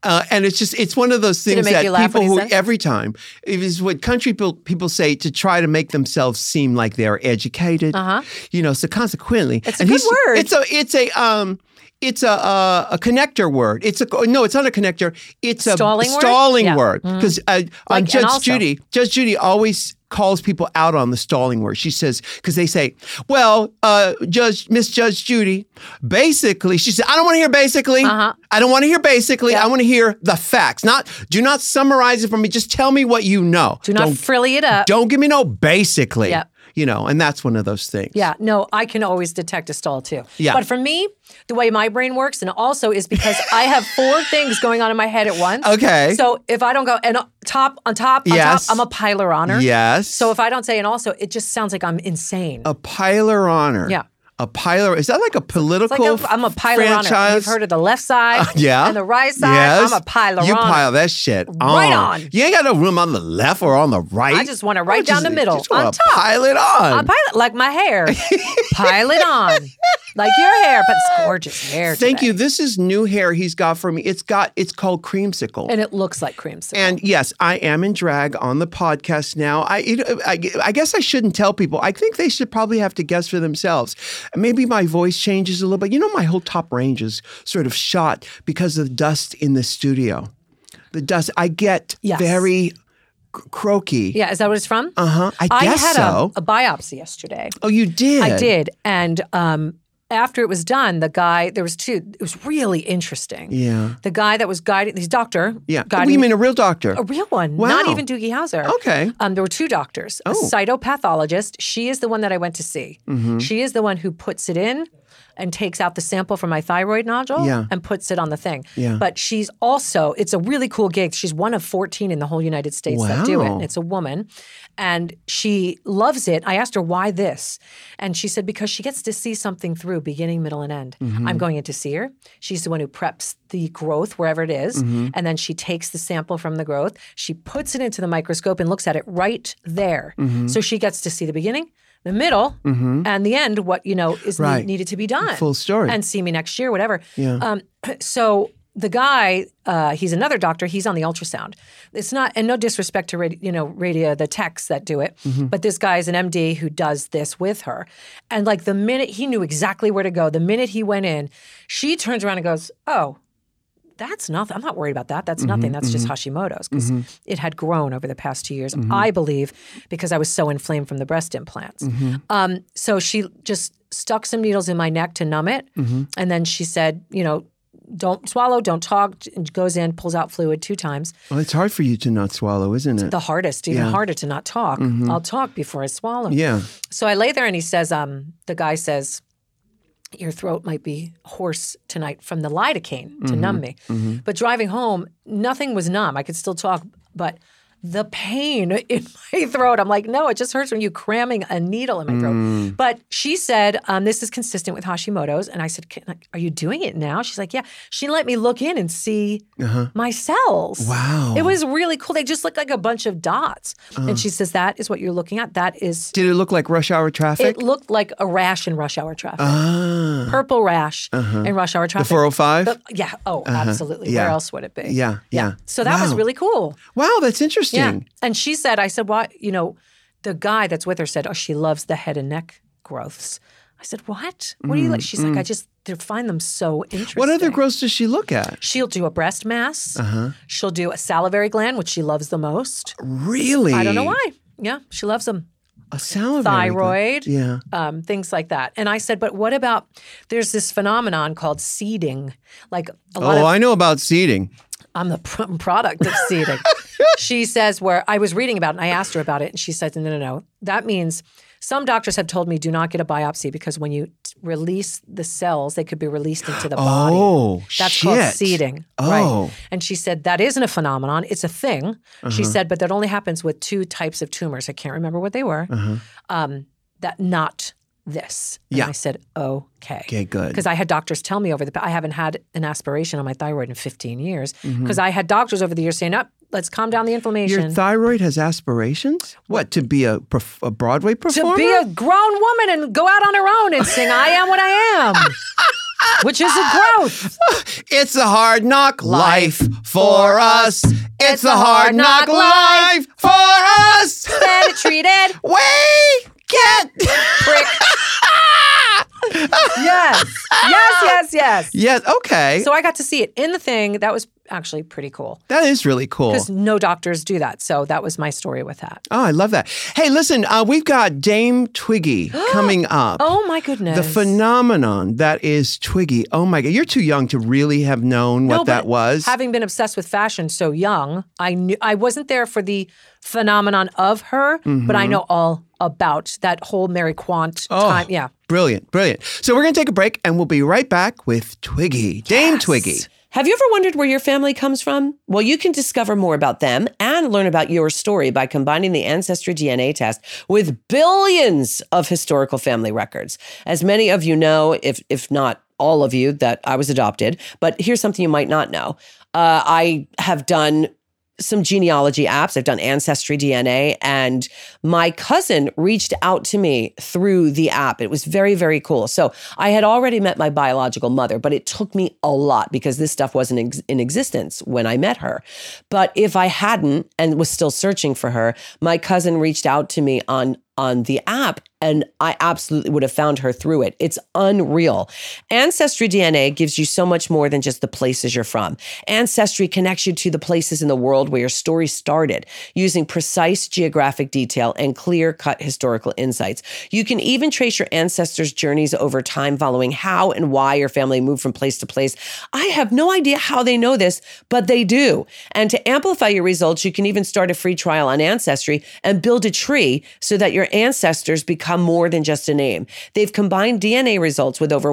A: Uh, and it's just it's one of those
B: it
A: things
B: make
A: that
B: you laugh
A: people
B: when he
A: who
B: said it?
A: every time it is what country people, people say to try to make themselves seem like they're educated.
B: Uh-huh.
A: You know, so consequently,
B: It's a
A: and
B: good
A: he's-
B: word.
A: It's a it's a um it's a, uh, a a connector word. It's a no, it's not a connector. It's a
B: Stalling word?
A: stalling
B: Yeah. Mm.
A: word because uh, on
B: Like, and
A: Judge
B: also.
A: Judy, Judge Judy always calls people out on the stalling word. She says because they say, "Well, uh, Judge Miss Judge Judy, basically," she said, "I don't want to hear basically.
B: Uh-huh.
A: I don't want to hear basically. I want to hear the facts. Not do not summarize it for me. Just tell me what you know.
B: Do not
A: Don't,
B: frilly it up.
A: don't give me no basically.
B: Yep.
A: You know, and that's one of those things.
B: Yeah, no, I can always detect a stall too.
A: Yeah.
B: But for me, the way my brain works, and also is because I have four things going on in my head at once.
A: Okay.
B: So if I don't go and top on top on
A: Yes.
B: top, I'm a piler honor.
A: Yes.
B: So if I don't say and also, it just sounds like I'm insane.
A: a piler honor.
B: Yeah.
A: A piler is that like a
B: It's
A: political?
B: like a, I'm a piler honor. You've
A: franchise?
B: heard of the left side
A: Yeah.
B: and the right side.
A: Yes.
B: I'm a piler
A: You
B: honor.
A: pile that shit on.
B: Right on.
A: You ain't got no room on the left or on the right.
B: I just want it right
A: You
B: down the middle,
A: Just wanna
B: on top.
A: Pile it
B: I
A: on.
B: pilot like my hair. pile it on. Like your hair, but it's gorgeous hair.
A: Thank
B: today.
A: you. This is new hair he's got for me. It's got it's called creamsicle.
B: And it looks like creamsicle.
A: And yes, I am in drag on the podcast now. I, you know, I, I guess I shouldn't tell people. I think they should probably have to guess for themselves. Maybe my voice changes a little bit. You know, my whole top range is sort of shot because of dust in the studio. The dust. I get
B: Yes.
A: very c- croaky.
B: yeah, is that what it's from?
A: Uh huh. I
B: I
A: guess
B: had
A: so.
B: a, a biopsy yesterday.
A: oh, you did.
B: I did, and um, after it was done, the guy there was two. It was really interesting.
A: Yeah.
B: the guy that was guiding, his doctor,
A: Yeah.
B: guiding
A: you mean a real doctor?
B: a real one,
A: Wow.
B: not even Doogie Howser.
A: Okay.
B: Um, there were two doctors. A
A: Oh. Mm-hmm.
B: cytopathologist. She is the one that I went to see. She is the one who puts it in and takes out the sample from my thyroid nodule
A: Yeah.
B: and puts it on the thing.
A: Yeah.
B: But she's also, it's a really cool gig. She's one of 14 in the whole United States that do it.
A: Wow.
B: And it's a woman. And she loves it. I asked her why this. And she said, because she gets to see something through beginning, middle, and end.
A: Mm-hmm.
B: I'm going in to see her. She's the one who preps the growth wherever it is,
A: Mm-hmm.
B: And then she takes the sample from the growth. She puts it into the microscope and looks at it right there.
A: Mm-hmm.
B: So she gets to see the beginning, the middle, and the end, what, you know, is ne-
A: Right.
B: needed to be done
A: Full story.
B: and see me next year, whatever.
A: Yeah.
B: Um, so the guy, uh, he's another doctor. He's on the ultrasound. It's not, and no disrespect to radio, you know, radio the techs that do it,
A: Mm-hmm.
B: but this guy is an MD who does this with her. And like the minute he knew exactly where to go, the minute he went in, she turns around and goes, "Oh." That's nothing. I'm not worried about that. That's
A: Mm-hmm.
B: nothing. That's just Hashimoto's because it had grown over the past two years,
A: Mm-hmm.
B: I believe, because I was so inflamed from the breast implants.
A: Mm-hmm.
B: Um, so she just stuck some needles in my neck to numb it. And then she said, you know, don't swallow, don't talk, and goes in, pulls out fluid two times.
A: well, it's hard for you to not swallow, isn't it?
B: The hardest, even
A: Yeah.
B: harder to not talk. I'll talk before I swallow.
A: yeah.
B: So I lay there and he says, um, the guy says, your throat might be hoarse tonight from the lidocaine to numb me. But driving home, nothing was numb. I could still talk, but the pain in my throat, I'm like, no, it just hurts when you cramming a needle in my throat. But she said, um, this is consistent with Hashimoto's. And I said, Can I, are you doing it now? She's like, yeah. She let me look in and see my cells.
A: Wow.
B: It was really cool. They just look like a bunch of dots. And she says, that is what you're looking at. That is
A: Did it look like rush hour traffic?
B: it looked like a rash in rush hour traffic.
A: ah.
B: Purple rash in rush
A: Uh-huh.
B: hour
A: The
B: traffic.
A: 405?
B: The- yeah. Oh, absolutely.
A: Yeah.
B: Where else would it be?
A: Yeah, yeah.
B: So that was
A: Wow.
B: really cool.
A: Wow, that's
B: Yeah.
A: interesting.
B: And she said, I said, why, you know, the guy that's with her said, oh, she loves the head and neck growths. I said, what? What do you like? She's like, I just they find them so interesting.
A: Mm, What other Uh-huh. growths does she look at?
B: She'll do a breast mass. She'll do a salivary gland, which she loves the most.
A: Really?
B: I don't know why. Yeah, she loves them.
A: A salivary
B: Thyroid.
A: gland. Yeah.
B: um, things like that. And I said, but what about there's this phenomenon called seeding? Like a lot
A: Oh,
B: of
A: I know about seating.
B: I'm the pr- product of seeding. she says, where I was reading about it and I asked her about it, and she said, no, no, no. That means some doctors have told me do not get a biopsy because when you t- release the cells, they could be released into the body.
A: Oh,
B: That's
A: shit.
B: called seeding.
A: Oh. Uh-huh.
B: Right. And she said, that isn't a phenomenon. It's a thing. She said, but that only happens with two types of tumors. I can't remember what they were. Um, that not this.
A: Uh-huh.
B: And
A: Yeah.
B: I said, okay.
A: Okay, good.
B: Because I had doctors tell me over the, I haven't had an aspiration on my thyroid in 15 years. Because I had doctors over the years saying, up, let's calm down the inflammation.
A: Mm-hmm. Your thyroid has aspirations? What, to be a, perf- a Broadway
B: to
A: performer?
B: be a grown woman and go out on her own and sing, I am what I am.
E: which is a growth.
A: It's a hard knock life for us. It's a hard knock life for us.
E: Better treated.
A: We get.
E: Prick. yes. Yes, yes, yes.
A: yes, okay.
E: So I got to see it in the thing. That was actually pretty cool.
A: that is really cool.
E: Because no doctors do that. So that was my story with that.
A: Oh, I love that. Hey, listen, uh, we've got Dame Twiggy coming up.
E: Oh my goodness.
A: The phenomenon that is Twiggy. Oh my God, you're too young to really have known what
E: No, but
A: that was.
E: Having been obsessed with fashion so young, I knew I wasn't there for the phenomenon of her, but
A: Mm-hmm.
E: I know all about that whole Mary Quant
A: Oh.
E: time. Yeah.
A: brilliant, brilliant. So we're going to take a break and we'll be right back with Twiggy, Dame Twiggy.
B: Have you ever wondered where your family comes from? Well, you can discover more about them and learn about your story by combining the Ancestry DNA test with billions of historical family records. As many of you know, if if not all of you, that I was adopted. But here's something you might not know: uh, I have done some genealogy apps. I've done Ancestry DNA, and my cousin reached out to me through the app. It was very, very cool. So I had already met my biological mother, but it took me a lot because this stuff wasn't ex- in existence when I met her. But if I hadn't and was still searching for her, my cousin reached out to me on on the app and I absolutely would have found her through it. It's unreal. Ancestry DNA gives you so much more than just the places you're from. Ancestry connects you to the places in the world where your story started using precise geographic detail and clear cut historical insights. You can even trace your ancestors' journeys over time following how and why your family moved from place to place. I have no idea how they know this, but they do. And to amplify your results, you can even start a free trial on Ancestry and build a tree so that your ancestors become more than just a name. They've combined DNA results with over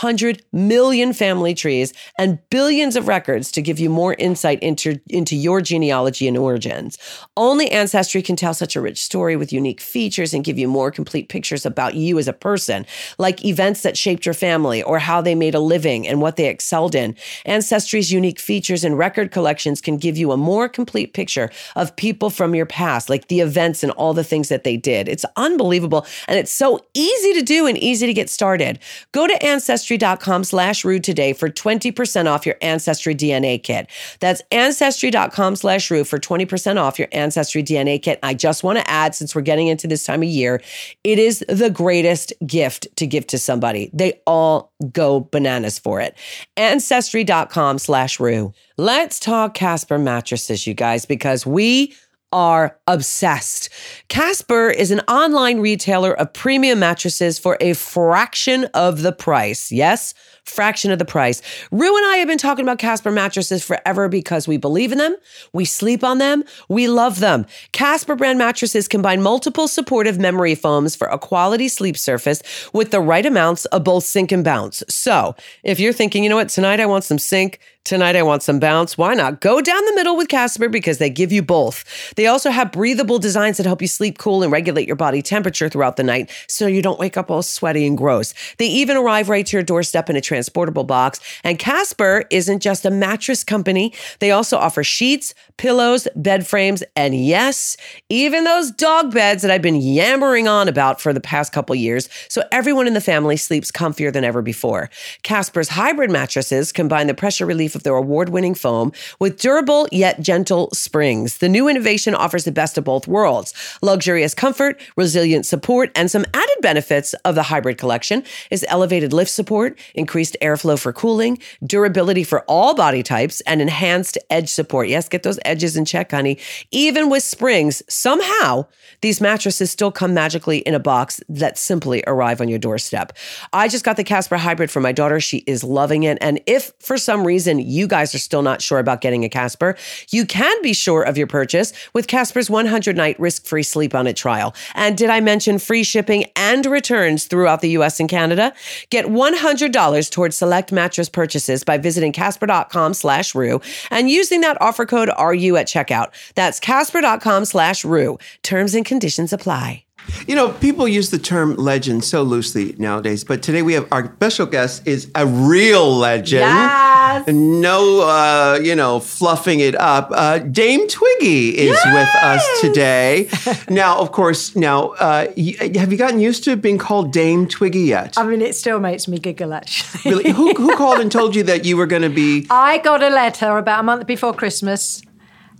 B: 100 million family trees and billions of records to give you more insight into, into your genealogy and origins. Only Ancestry can tell such a rich story with unique features and give you more complete pictures about you as a person, like events that shaped your family or how they made a living and what they excelled in. Ancestry's unique features and record collections can give you a more complete picture of people from your past, like the events and all the things that they did. It's unbelievable and it's so easy to do and easy to get started. Go to ancestry.com slash rude today for 20% off your Ancestry DNA kit. That's ancestry.com slash rude for 20% off your Ancestry DNA kit. I just want to add, since we're getting into this time of year, it is the greatest gift to give to somebody. They all go bananas for it. Ancestry.com slash rue. Let's talk Casper mattresses, you guys, because we are obsessed. Casper is an online retailer of premium mattresses for a fraction of the price. Yes, fraction of the price. Rue and I have been talking about Casper mattresses forever because we believe in them, we sleep on them, we love them. Casper brand mattresses combine multiple supportive memory foams for a quality sleep surface with the right amounts of both sink and bounce. So, if you're thinking, you know what, tonight I want some sink, Tonight I want some bounce. Why not go down the middle with Casper because they give you both. They also have breathable designs that help you sleep cool and regulate your body temperature throughout the night so you don't wake up all sweaty and gross. They even arrive right to your doorstep in a transportable box. And Casper isn't just a mattress company. They also offer sheets, pillows, bed frames, and yes, even those dog beds that I've been yammering on about for the past couple years. So everyone in the family sleeps comfier than ever before. Casper's hybrid mattresses combine the pressure relief of their award winning foam with durable yet gentle springs. The new innovation offers the best of both worlds luxurious comfort, resilient support, and some added benefits of the hybrid collection is elevated lift support, increased airflow for cooling, durability for all body types, and enhanced edge support. Yes, get those edges in check, honey. Even with springs, somehow these mattresses still come magically in a box that simply arrive on your doorstep. I just got the Casper Hybrid for my daughter. She is loving it. And if for some reason you guys are still not sure about getting a Casper, you can be sure of your purchase with Casper's 100 night risk free sleep on it trial. And did I mention free shipping and returns throughout the US and Canada? Get $100 towards select mattress purchases by visiting casper.com slash rue and using that offer code RU at checkout. That's casper.com slash rue. Terms and conditions apply.
A: You know, people use the term legend so loosely nowadays, but today we have our special guest is a real legend.
C: Yes.
A: No, uh, you know, fluffing it up. Uh, Dame Twiggy is with us today. now, of course, now, uh, y- have you gotten used to being called Dame Twiggy yet?
F: I mean, it still makes me giggle, actually.
A: really? Who, who called and told you that you were going to be?
F: I got a letter about a month before Christmas,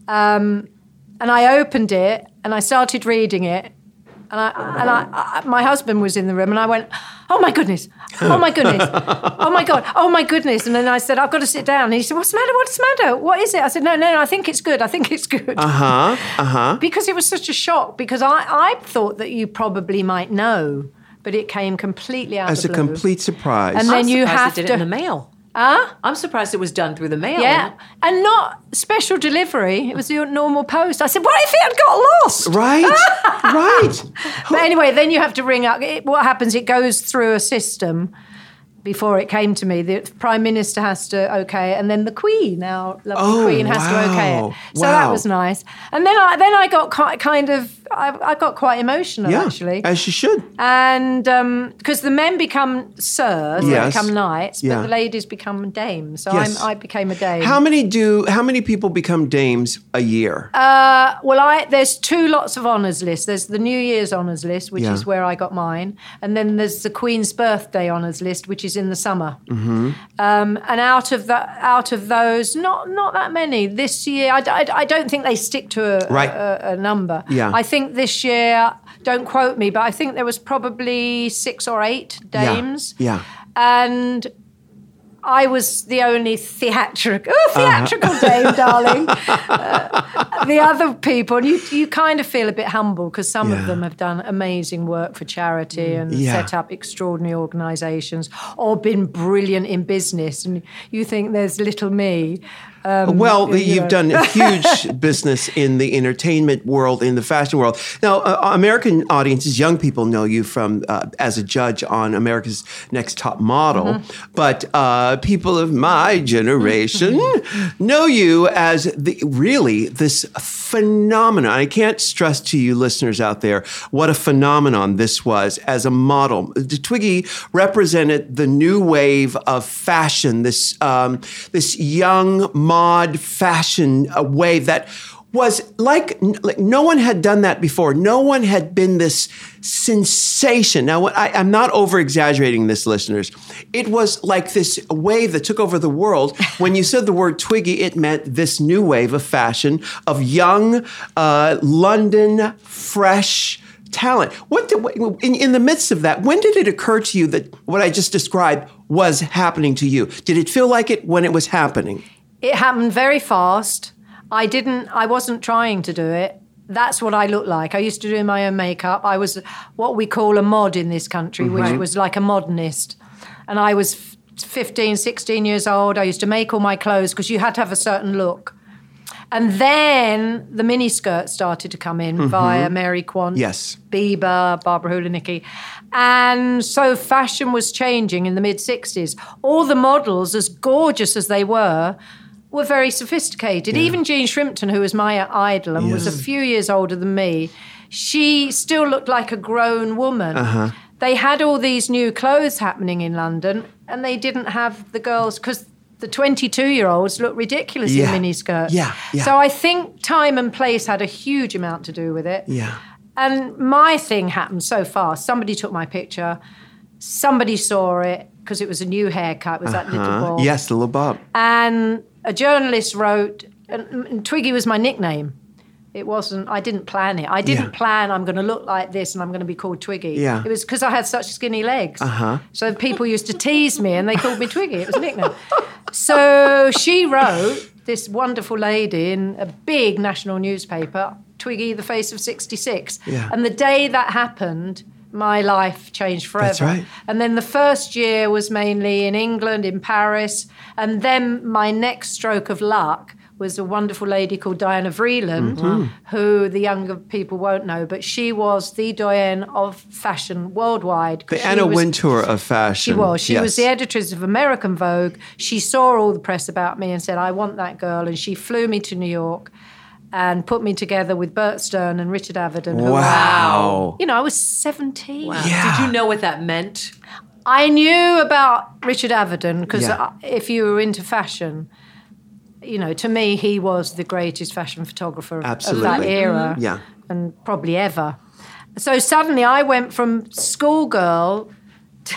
F: um, and I opened it and I started reading it. And, I, and I, I, my husband was in the room, and I went, "Oh my goodness! Oh my goodness! Oh my god! Oh my goodness!" And then I said, "I've got to sit down." And he said, "What's the matter? What's the matter? What is it?" I said, "No, no, no I think it's good. I think it's good."
A: Uh huh. Uh huh.
F: Because it was such a shock. Because I, I thought that you probably might know, but it came completely out
A: As a
F: of the blue.
A: complete surprise.
F: And then
B: I'm
F: you
B: surprised
F: have
B: it did
F: to
B: it in the mail.
F: Huh?
B: I'm surprised it was done through the mail.
F: Yeah, and not special delivery. It was your normal post. I said, "What if it had got lost?"
A: right? right.
F: But anyway, then you have to ring up. It, what happens? It goes through a system. Before it came to me, the prime minister has to okay it, and then the queen, our lovely
A: Oh,
F: queen, has to okay
A: wow.
F: it. So that
A: Wow.
F: was nice. And then I then I got ki- kind of I, I got quite emotional
A: Yeah.
F: actually, um,
A: As you should.
F: and because the men become sirs,
A: Yes.
F: they become knights, but
A: Yeah.
F: the ladies become dames. So
A: Yes.
F: I'm, I became a dame.
A: How many do? How many people become dames a year?
F: Uh, Well, I there's two lots of honours list. There's the New Year's honours list, which
A: Yeah.
F: is where I got mine, and then there's the Queen's birthday honours list, which is in the summer.
A: Mm-hmm.
F: Um, and out of the out of those, not not that many this year. I, d- I d- I don't think they stick to a,
A: Right.
F: a, a number.
A: Yeah.
F: I think this year, don't quote me, but I think there was probably six or eight
A: Yeah.
F: dames
A: Yeah.
F: and I was the only theatric, oh, theatrical
A: Uh-huh.
F: dame, darling. Uh, the other people, and you, you kind of feel a bit humble because some
A: Yeah. Mm.
F: of them have done amazing work for charity and
A: Yeah.
F: set up extraordinary organisations or been brilliant in business. And you think there's little me.
A: well,
F: Um, you
A: you've
F: know.
A: done a huge business in the entertainment world, in the fashion world. Now, uh, American audiences, young people know you from uh, as a judge on America's Next Top Model, but uh, people of my generation know you as the really this phenomenon. I can't stress to you listeners out there what a phenomenon this was as a model. Twiggy represented the new wave of fashion, this um, this young mod fashion uh, wave that was like, like no one had done that before. No one had been this sensation. Now, what- I, I'm not over exaggerating this, listeners. It was like this wave that took over the world. When you said the word Twiggy, it meant this new wave of fashion of young uh, London fresh talent. What did, in, in the midst of that, when did it occur to you that what I just described was happening to you? Did it feel like it when it was happening?
F: It happened very fast. I didn't. I wasn't trying to do it. That's what I looked like. I used to do my own makeup. I was what we call a mod in this country, which
A: Mm-hmm.
F: was like a modernist. And I was f- 15, 16 years old. I used to make all my clothes because you had to have a certain look. And then the mini skirt started to come in via Mary Quant,
A: Yes.
F: Bieber, Barbara Houlinicki. And so fashion was changing in the mid 60s. All the models, as gorgeous as they were, were very sophisticated. Even Jean Shrimpton, who was my idol and was a few years older than me, she still looked like a grown woman. They had all these new clothes happening in London, and they didn't have the girls because the 22 year olds looked ridiculous
A: Yeah.
F: in miniskirts.
A: Yeah, yeah.
F: So I think time and place had a huge amount to do with it.
A: Yeah.
F: And my thing happened so fast. Somebody took my picture, somebody saw it because it was a new haircut. It was that little
A: Huh?
F: ball.
A: Yes, the little Bob.
F: And a journalist wrote, and, and Twiggy was my nickname. It wasn't, I didn't plan it. I didn't
A: Yeah.
F: plan I'm going to look like this and I'm going to be called Twiggy.
A: Yeah.
F: It was because I had such skinny legs. Uh-huh. So people used to tease me and they called me Twiggy. It was a nickname. so she wrote, this wonderful lady in a big national newspaper, Twiggy, the face of 66.
A: Yeah.
F: And the day that happened, my life changed forever.
A: That's right.
F: And then the first year was mainly in England, in Paris. And then my next stroke of luck was a wonderful lady called Diana Vreeland,
A: Mm-hmm.
F: who the younger people won't know, but she was the doyen of fashion worldwide. 'cause
A: The
F: she
A: Anna
F: was-
A: Wintour of fashion.
F: She was. She was
A: Yes.
F: the editress of American Vogue. She saw all the press about me and said, I want that girl. And she flew me to New York. and put me together with Bert Stern and Richard Avedon. who-
A: Wow.
F: You know, I was 17.
A: Yeah.
B: Did you know what that meant?
F: I knew about Richard Avedon because
A: Yeah.
F: if you were into fashion, you know, to me, he was the greatest fashion photographer of- of that
A: Absolutely. Mm-hmm.
F: era
A: Yeah.
F: and probably ever. So suddenly I went from schoolgirl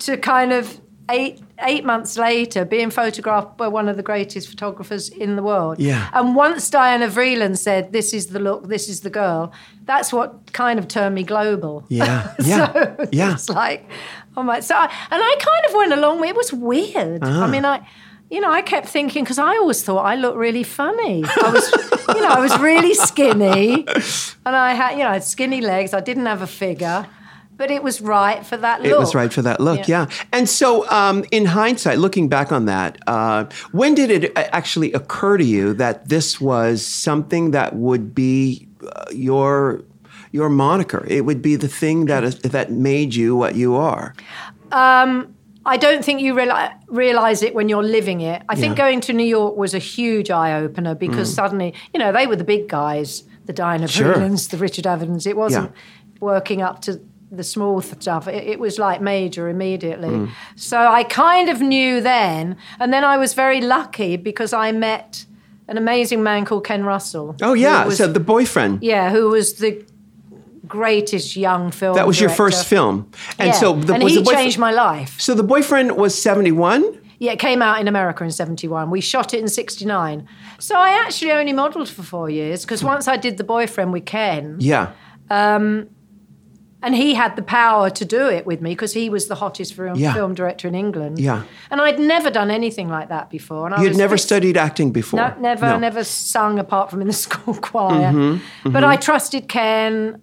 F: to kind of eight eight months later being photographed by one of the greatest photographers in the world.
A: Yeah.
F: And once Diana Vreeland said, This is the look, this is the girl, that's what kind of turned me global.
A: Yeah. Yeah.
F: so
A: Yeah.
F: it's like, oh my. So I, and I kind of went along with it. was weird.
A: Ah.
F: I mean, I, you know, I kept thinking because I always thought I looked really funny. I was, you know, I was really skinny, and I had, you know, I had skinny legs. I didn't have a figure, but it was right for that look.
A: It was right for that look, yeah.
F: Yeah.
A: And so, um, in hindsight, looking back on that, uh, when did it a- actually occur to you that this was something that would be uh, your your moniker? It would be the thing that is, that made you what you are.
F: Um, I don't think you reali realize it when you're living it. I think
A: Yeah. Mm.
F: going to New York was a huge eye opener because suddenly, you know, they were the big guys, the Diana
A: Sure.
F: Vreelands, the Richard Evans. It wasn't working up to the small th- stuff. It, it was like major immediately.
A: Mm.
F: So I kind of knew then, and then I was very lucky because I met an amazing man called Ken Russell.
A: Oh
F: who
A: yeah,
F: was-
A: so the boyfriend.
F: yeah, who was the greatest young film.
A: That was your
F: director.
A: first film, and
F: Yeah.
A: so the,
F: and
A: was
F: he
A: the boyfriend,
F: changed my life.
A: So the boyfriend was seventy one.
F: Yeah, it came out in America in 71. We shot it in 69. So I actually only modeled for four years because once I did The Boyfriend with Ken,
A: Yeah,
F: and he had the power to do it with me because he was the hottest film,
A: Yeah.
F: film director in England.
A: Yeah.
F: And I'd never done anything like that before. And I
A: you'd
F: was
A: never
F: fix-
A: studied acting before.
F: No, never,
A: No. Mm-hmm,
F: never sung apart from in the school choir. But I trusted Ken.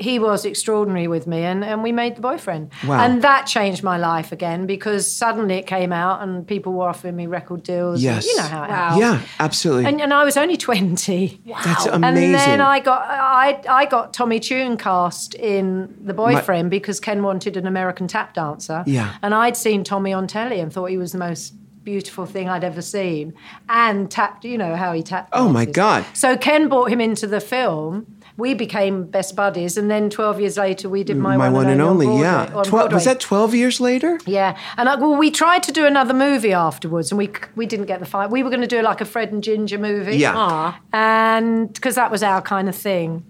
F: He was extraordinary with me, and, and we made the boyfriend.
A: Wow.
F: And that changed my life again because suddenly it came out, and people were offering me record deals. and
A: Yes.
F: You know how it happens.
A: Yeah, absolutely.
F: And, and I was only 20.
A: That's amazing.
F: And then I got I I got Tommy Tune cast in The Boyfriend because Ken wanted an American tap dancer.
A: Yeah.
F: And I'd seen Tommy on telly and thought he was the most beautiful thing I'd ever seen. And tapped, you know how he tapped.
A: Oh, my
F: dances.
A: God.
F: So Ken brought him into the film. We became best buddies, and then 12 years later, we did my,
A: my one and only,
F: on
A: yeah.
F: Broadway- on
A: Twelve was
F: Broadway.
A: that twelve years later?
F: Yeah, and I, well, we tried to do another movie afterwards, and we we didn't get the fight. We were going to do like a Fred and Ginger movie,
A: Yeah.
B: Aw.
F: and because that was our kind of thing,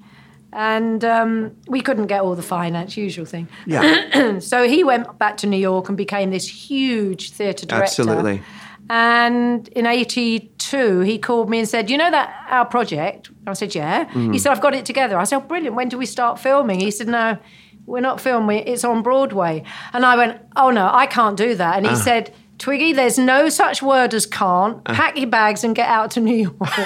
F: and um, we couldn't get all the finance, usual thing.
A: Yeah,
F: So he went back to New York and became this huge theatre director.
A: absolutely.
F: And in 82, he called me and said, You know that our project? I said, Yeah.
A: Mm-hmm.
F: He said, I've got it together. I said, oh, Brilliant. When do we start filming? He said, No, we're not filming. It's on Broadway. And I went, Oh, no, I can't do that.
A: Ah.
F: And he said, Twiggy, there's no such word as can't. Pack your bags and get out to New York.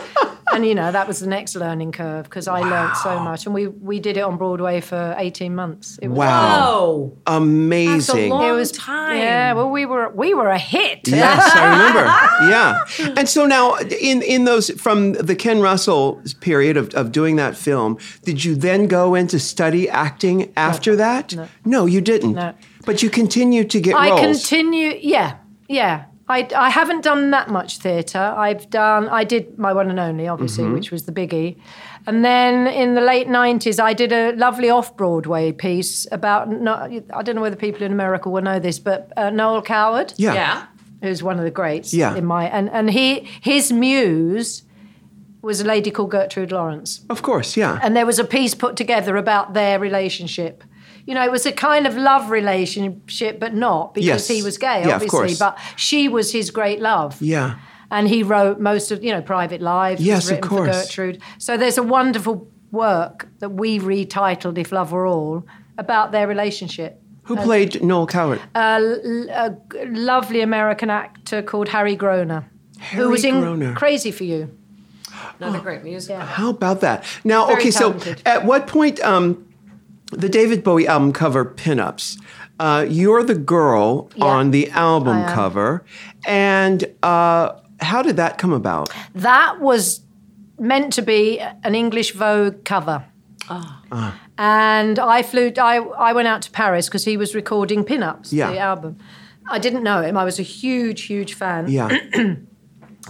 F: and, you know, that was the next learning curve because I learned so much. And we, we did it on Broadway for 18 months. It was
A: Wow.
B: Oh, that's a
A: Amazing.
B: long
F: It was
B: time.
F: Yeah, well, we were we were a hit.
A: Yes, I remember. Yeah. And so now in in those from the Ken Russell period of, of doing that film, did you then go in to study acting after that? No. you didn't.
F: No.
A: But you continued to get
F: I
A: roles.
F: continue. Yeah, yeah. I, I haven't done that much theatre. I've done. I did my one and only, obviously,
B: Mm-hmm.
F: which was the biggie. And then in the late nineties, I did a lovely off-Broadway piece about. No, I don't know whether people in America will know this, but uh, Noel Coward,
A: yeah.
B: yeah.
F: who's one of the greats
A: Yeah.
F: in my and and he his muse was a lady called Gertrude Lawrence.
A: Of course, yeah.
F: and there was a piece put together about their relationship. You know, it was a kind of love relationship, but not because
A: Yes.
F: he was gay,
A: Yeah, of
F: obviously.
A: course.
F: But she was his great love.
A: yeah.
F: And he wrote most of, you know, Private Lives. was
A: Yes, of
F: written
A: course.
F: For Gertrude. So there's a wonderful work that we retitled If Love Were All about their relationship.
A: Who played Noel Coward?
F: Uh, Lovely American actor called Harry Groner,
A: Harry
F: who was in
A: Groener.
F: Crazy for You.
B: Another great musical.
A: How about that? Now,
F: Very
A: okay,
F: talented.
A: so at what point um, the David Bowie album cover pinups? Uh, you're the girl on the album cover, and uh, how did that come about?
F: That was meant to be an English Vogue cover. And I flew, I, I went out to Paris because he was recording Pinups,
A: Yeah.
F: the album. I didn't know him. I was a huge, huge fan.
A: Yeah,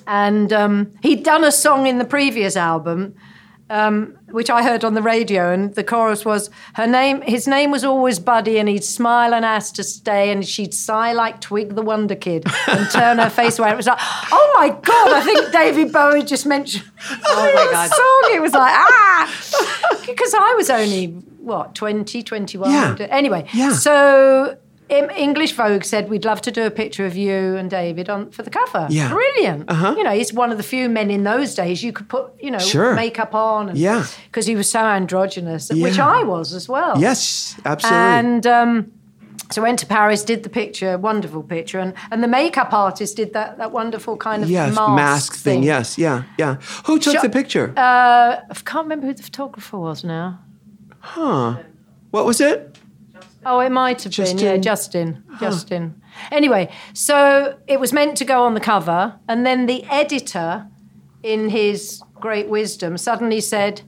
F: and um, he'd done a song in the previous album, um, which I heard on the radio, and the chorus was her name. His name was always Buddy, and he'd smile and ask to stay, and she'd sigh like Twig the Wonder Kid and turn her face away. It was like, oh my god! I think David Bowie just mentioned oh my god song. It was like ah, because I was only what 20, 21.
A: Yeah.
F: Anyway,
A: Yeah.
F: so. Em- English Vogue said we'd love to do a picture of you and David on for the cover.
A: Yeah.
F: Brilliant. You know, he's one of the few men in those days you could put, you know,
A: Uh-huh. Sure.
F: makeup on. And,
A: Yeah.
F: Because he was so androgynous, which
A: Yeah.
F: I was as well.
A: Yes, absolutely.
F: And um, so went to Paris, did the picture, wonderful picture, and, and the makeup artist did that that wonderful kind of
A: yes,
F: mask,
A: thing. Yes, yeah, yeah. Who took
F: Sure.
A: the picture?
F: Uh, I can't remember who the photographer was now.
A: what was it?
F: Oh, it might have been. Yeah,
A: Justin.
F: Justin. Justin. Anyway, so it was meant to go on the cover, and then the editor, in his great wisdom, suddenly said,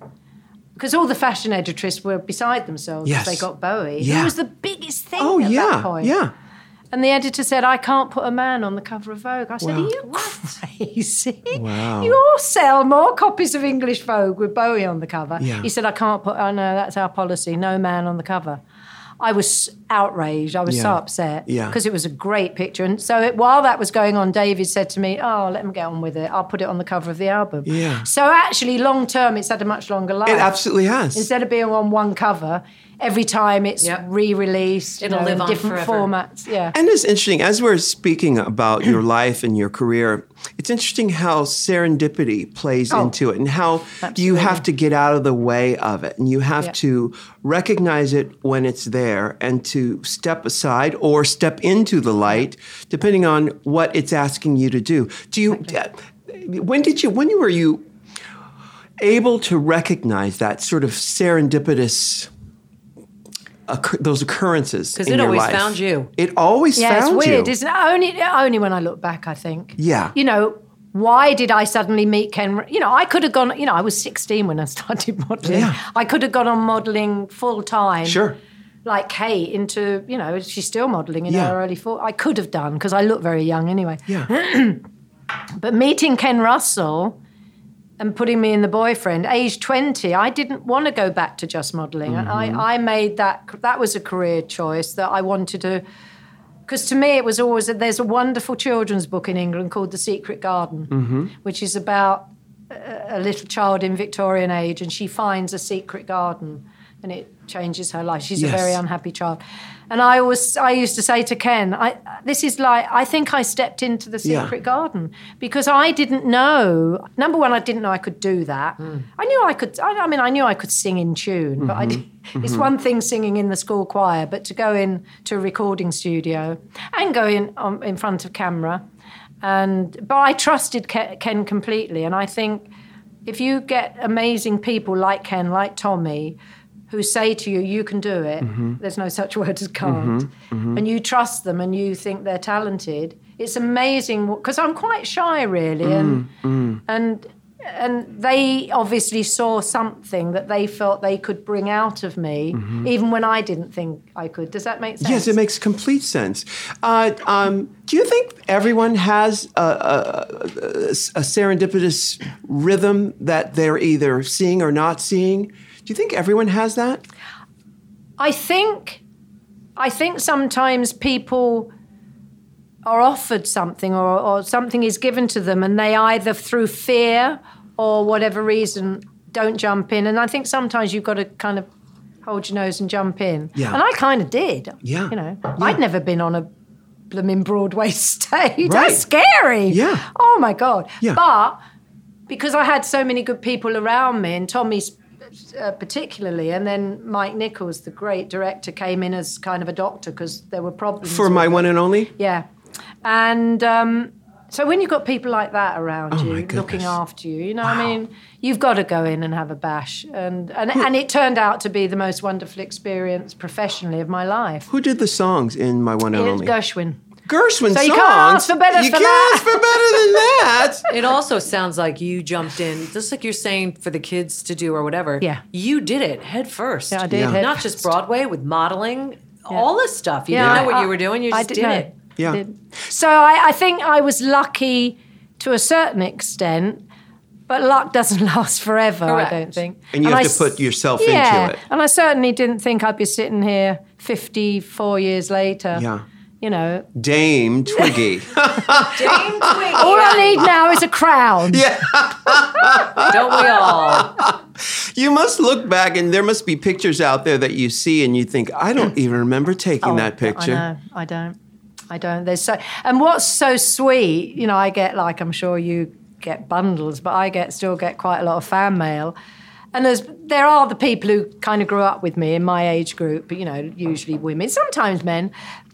F: because all the fashion editors were beside themselves
A: Yes.
F: as they got Bowie.
A: Yeah.
F: It was the biggest thing
A: Oh
F: at
A: yeah,
F: that point.
A: yeah.
F: And the editor said, I can't put a man on the cover of Vogue. I said,
A: Wow.
F: Are you crazy?
A: Wow.
F: You all sell more copies of English Vogue with Bowie on the cover.
A: Yeah.
F: He said, I can't put, oh no, that's our policy, no man on the cover. I was outraged. I was so
A: Yeah.
F: upset
A: Yeah.
F: because it was a great picture. And so it, while that was going on, David said to me, Oh, let him get on with it. I'll put it on the cover of the album.
A: Yeah.
F: So actually, long term, it's had a much longer life.
A: It absolutely has.
F: Instead of being on one cover, every time it's
C: Yep.
F: re-released, you
B: It'll
F: know,
B: live
F: in
B: on
F: different
B: forever.
F: formats. Yeah.
A: And it's interesting, as we're speaking about your life and your career, it's interesting how serendipity plays
F: Oh,
A: into it and how you have to get out of the way of it. And you have
F: Yeah.
A: to recognize it when it's there and to step aside or step into the light, depending on what it's asking you to do. Do you, uh, when did you, when were you able to recognize that sort of serendipitous? Occur- those occurrences
C: 'Cause
A: in
C: it
A: your
C: always
A: life?
C: found you.
A: It always
F: Yeah,
A: found
F: it's weird,
A: you.
F: isn't it? Only, only when I look back, I think.
A: Yeah.
F: You know, why did I suddenly meet Ken? You know, I could have gone, you know, I was 16 when I started modeling.
A: Yeah.
F: I could have gone on modeling full time.
A: Sure.
F: Like Kate into, you know, she's still modeling in
A: Yeah.
F: her early 40s. I could have done because I look very young anyway.
A: Yeah.
F: But meeting Ken Russell and putting me in the boyfriend, age 20, I didn't want to go back to just modeling. And I, I made that, that was a career choice that I wanted to, because to me it was always, that there's a wonderful children's book in England called The Secret Garden, which is about a, a little child in Victorian age and she finds a secret garden and it changes her life. She's a
A: Yes.
F: very unhappy child. And I always, I used to say to Ken, I, this is like, I think I stepped into the
A: Yeah.
F: secret garden because I didn't know. Number one, I didn't know I could do that. I knew I could. I, I mean, I knew I could sing in tune, but I didn't, it's one thing singing in the school choir, but to go in to a recording studio and go in on, in front of camera, and but I trusted Ke- Ken completely, and I think if you get amazing people like Ken, like Tommy. Who say to you, you can do it,
A: Mm-hmm.
F: there's no such word as can't, and you trust them and you think they're talented, it's amazing because I'm quite shy really, and
A: Mm,
F: and and they obviously saw something that they felt they could bring out of me, even when I didn't think I could. Does that make sense?
A: Mm-hmm. yes, it makes complete sense. Uh, um, do you think everyone has a, a, a- a serendipitous rhythm that they're either seeing or not seeing? Do you think everyone has that?
F: I think I think sometimes people are offered something or, or something is given to them and they either through fear or whatever reason don't jump in. And I think sometimes you've got to kind of hold your nose and jump in.
A: Yeah.
F: And I kind of did.
A: Yeah.
F: You know,
A: Yeah.
F: I'd never been on a blooming Broadway stage.
A: Right.
F: That's scary.
A: Yeah.
F: Oh my God.
A: Yeah.
F: But because I had so many good people around me, and Tommy uh, particularly, and then Mike Nichols, the great director, came in as kind of a doctor because there were problems.
A: For
F: with-
A: my one and only?
F: yeah, and um, so when you've got people like that around
A: Oh my
F: you,
A: goodness.
F: looking after you, you know, what I mean, you've got to go in and have a bash, and and and it turned out to be the most wonderful experience professionally of my life.
A: Who did the songs in my one and
F: It's
A: only?
F: Gershwin.
A: Gershwin
F: So
A: songs.
F: you can't ask for better
A: You
F: for
A: can't
F: that.
A: ask for better than that.
C: It also sounds like you jumped in, just like you're saying for the kids to do or whatever.
F: Yeah.
C: You did it head first.
F: Yeah, I did Yeah. head
C: Not just Broadway with modeling, all this stuff. You
F: Yeah,
C: didn't know what
F: I-
C: you were doing, you
F: I
C: just did
F: didn't know.
C: it.
A: Yeah.
F: Did. So I, I think I was lucky to a certain extent, but luck doesn't last forever,
B: Correct.
F: I don't think.
A: And you have
F: I
A: to
F: s-
A: put yourself into
F: yeah,
A: it.
F: And I certainly didn't think I'd be sitting here 54 years later.
A: Yeah.
F: You know,
A: Dame Twiggy.
B: Dame Twiggy.
F: all I need now is a crown.
B: Don't we all?
A: you must look back, and there must be pictures out there that you see, and you think, I don't even remember taking that picture.
F: Oh, I know. I don't. I don't. There's so. And what's so sweet, you know, I get like I'm sure you get bundles, but I get still get quite a lot of fan mail. And there's there are the people who kind of grew up with me in my age group, you know, usually women, sometimes men.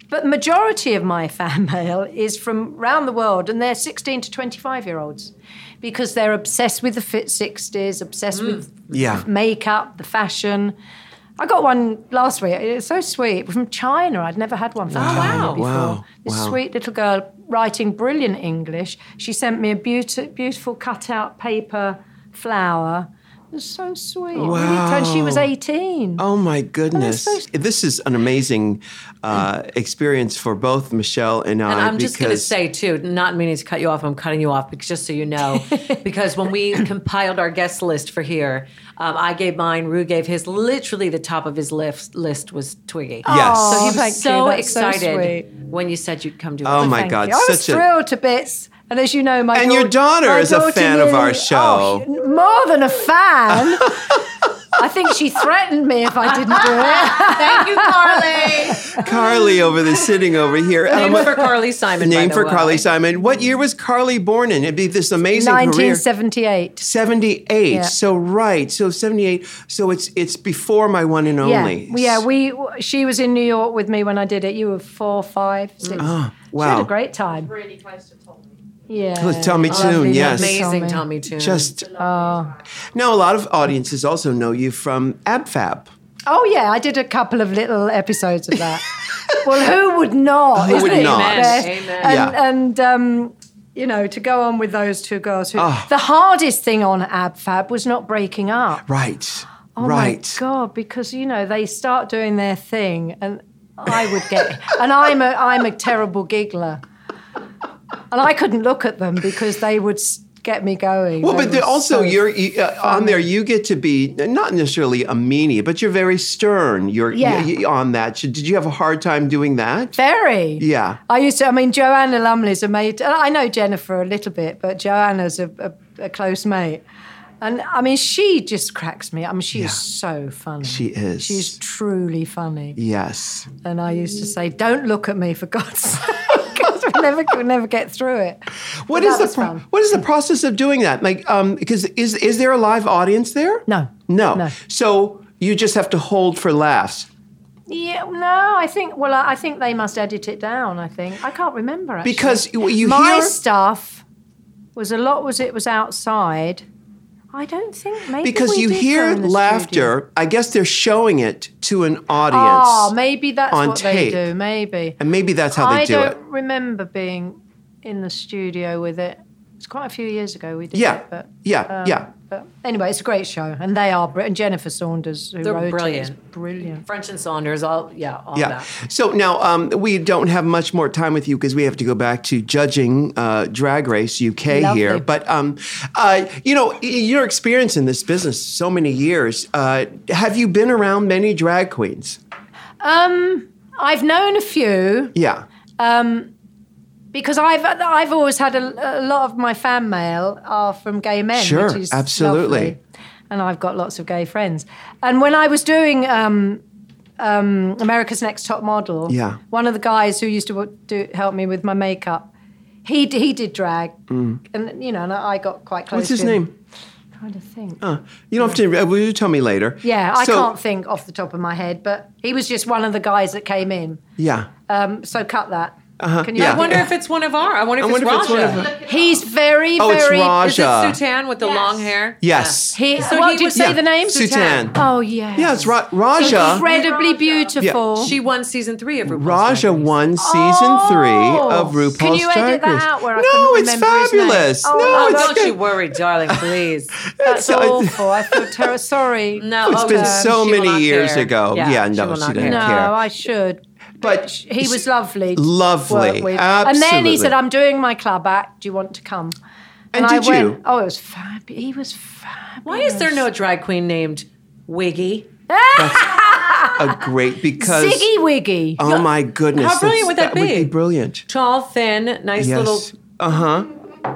F: But majority of my fan mail is from around the world, and they're 16 to 25 year olds, because they're obsessed with the fit 60s, obsessed with
A: Yeah.
F: makeup, the fashion. I got one last week. It's so sweet from China. I'd never had one from China
B: wow.
F: before.
A: Oh, Wow,
F: This
A: wow.
F: sweet little girl writing brilliant English. She sent me a beautiful, beautiful cutout paper flower. It was so sweet. Really, and she was
A: Wow.
F: 18.
A: Oh my goodness!
F: so-
A: This is an amazing uh, experience for both Michelle and I.
B: And I'm just going to
A: because-
B: say, too, not meaning to cut you off, I'm cutting you off because just so you know, because when we compiled our guest list for here, um, I gave mine, Rue gave his. Literally, the top of his list, list was Twiggy.
A: yes.
F: Oh,
B: So he
F: thank
B: was
F: you.
B: so
F: That's so
B: excited
F: sweet.
B: when you said you'd come do
A: oh
B: it.
A: my
F: Thank
A: God!
F: you. I was
A: Such a
F: thrilled to bits. And as you know, my
A: And your
F: daugh-
A: daughter
F: my
A: is a
F: daughter
A: fan of our
F: nearly-
A: show.
F: oh, more than a fan. I think she threatened me if I didn't do it.
B: Thank you, Carly.
A: Carly over there sitting over here. Um,
B: Name for Carly Simon. by
A: name
B: the
A: for
B: way.
A: Carly Simon. What year was Carly born in? It'd be this amazing career.
F: 1978.
A: 78.
F: Yeah.
A: So right. So 78. So it's it's before my one and only.
F: Yeah, yeah. We she was in New York with me when I did it. You were four, five, six. She
A: Mm. Oh, wow.
F: had a great time. Really close to Tommy. Yeah.
A: Tell me
F: Lovely, Oh.
A: soon,
F: lovely
A: yes.
B: Amazing Tommy Toon.
A: Just now a lot of audiences also know you from AbFab.
F: Oh yeah, I did a couple of little episodes of that. well, who would not?
A: Who
F: isn't
A: would
F: it?
A: not?
B: Amen,
F: Yeah.
B: amen.
F: And,
A: Yeah.
F: and um, you know, to go on with those two girls. Who,
A: Ah.
F: The hardest thing on AbFab was not breaking up.
A: Right.
F: Oh
A: right.
F: my god! Because you know they start doing their thing, and I would get, and I'm a I'm a terrible giggler, and I couldn't look at them because they would s- get me going.
A: Well,
F: They
A: but the-
F: were
A: also
F: so-
A: you're you, uh, on there. You get to be not necessarily a meanie, but you're very stern. You're
F: Yeah.
A: you- you- on that. Should- Did you have a hard time doing that?
F: very
A: Yeah.
F: I used to. I mean, Joanna Lumley's a mate. and I know Jennifer a little bit, but Joanna's a, a, a close mate. And I mean, she just cracks me. I mean, she's so funny.
A: She is.
F: She's truly funny.
A: Yes.
F: And I used to say, "Don't look at me, for God's sake." Because we never could never get through it.
A: What
F: But
A: is
F: that
A: the
F: was
A: pro-
F: fun.
A: what is the process of doing that? Like, um, because is is there a live audience there?
F: No.
A: No.
F: No.
A: So you just have to hold for laughs.
F: Yeah, no, I think. Well, I I think they must edit it down. I think I can't remember actually.
A: Because you, you
F: my
A: hear
F: stuff was a lot. Was it was outside? I don't think maybe
A: because
F: we
A: you
F: did go
A: hear
F: in the
A: laughter.
F: studio.
A: I guess they're showing it to an audience,
F: Oh, maybe that's
A: on
F: what
A: tape.
F: they do. Maybe
A: and maybe that's how
F: I
A: they do
F: not
A: it.
F: remember being in the studio with it. It's quite a few years ago we did
A: Yeah.
F: it, but
A: yeah.
F: um,
A: yeah.
F: But anyway, it's a great show, and they are. br- And Jennifer Saunders, who
B: They're
F: wrote it, is
B: brilliant.
F: brilliant.
B: French and Saunders, all yeah, all
A: Yeah.
B: that.
A: So now um, we don't have much more time with you because we have to go back to judging uh, Drag Race UK
F: Lovely.
A: here. But um, uh, you know, y- your experience in this business so many years. Uh, have you been around many drag queens?
F: Um, I've known a few.
A: Yeah.
F: because I've I've always had a, a lot of my fan mail are from gay men.
A: Sure,
F: which is
A: absolutely.
F: lovely. And I've got lots of gay friends. And when I was doing um, um, America's Next Top Model,
A: Yeah.
F: one of the guys who used to w- do, help me with my makeup, he d- he did drag, and you know, and I got quite close.
A: Mm. What's his
F: to him.
A: name?
F: trying to think.
A: You don't have to. uh, Will you tell me later?
F: yeah, I
A: So-
F: can't think off the top of my head, but he was just one of the guys that came in.
A: Yeah.
F: Um, so cut that. Can you
A: Uh-huh. yeah.
B: I wonder if it's one of our. I wonder if
A: I wonder
B: it's
A: if it's one
B: Raja.
A: of
F: He's very,
A: Oh, it's
F: very.
A: Raj.
B: Is it
A: Raja.
B: Sutan with the long hair?
A: Yes.
F: He,
B: So
F: what
B: he
F: did you
B: was-
F: say
B: yeah,
F: the name?
A: Sutan.
F: Oh yeah.
A: Yeah, it's Ra- Raja.
F: Incredibly beautiful.
B: Yeah. She won season three of RuPaul's
A: Raja
B: Drag Race.
A: won season three of RuPaul's
F: Oh, Can you
A: Drag
F: edit that
A: Race.
F: out where I
A: no,
F: couldn't
A: it's
F: remember his name?
A: fabulous.
F: Oh,
A: no,
B: Oh,
A: it's
B: don't
A: good.
B: you worry, darling. Please.
F: That's
A: So I-
F: awful. I feel terrible. Sorry.
B: No,
F: It's
A: It's
B: oh,
A: been
B: God,
A: so
B: she will
A: many
B: not
A: years
B: care.
A: ago. Yeah,
B: she
A: no,
B: will
A: she
B: not
A: didn't
B: care.
F: No,
A: care.
F: I should.
A: But
F: he was lovely. to
A: lovely.
F: work with.
A: Absolutely.
F: And then he said, I'm doing my club act. Do you want to come?
A: And did
F: I went,
A: you?
F: Oh, it was fabulous. He was fabulous.
B: Why is there no drag queen named Wiggy?
A: a great because
F: Ziggy Wiggy.
A: oh my goodness,
B: How brilliant
A: that's-
B: would that
A: Would
B: be?
A: be brilliant.
B: Tall, thin, nice
A: Yes.
B: little
A: Uh huh.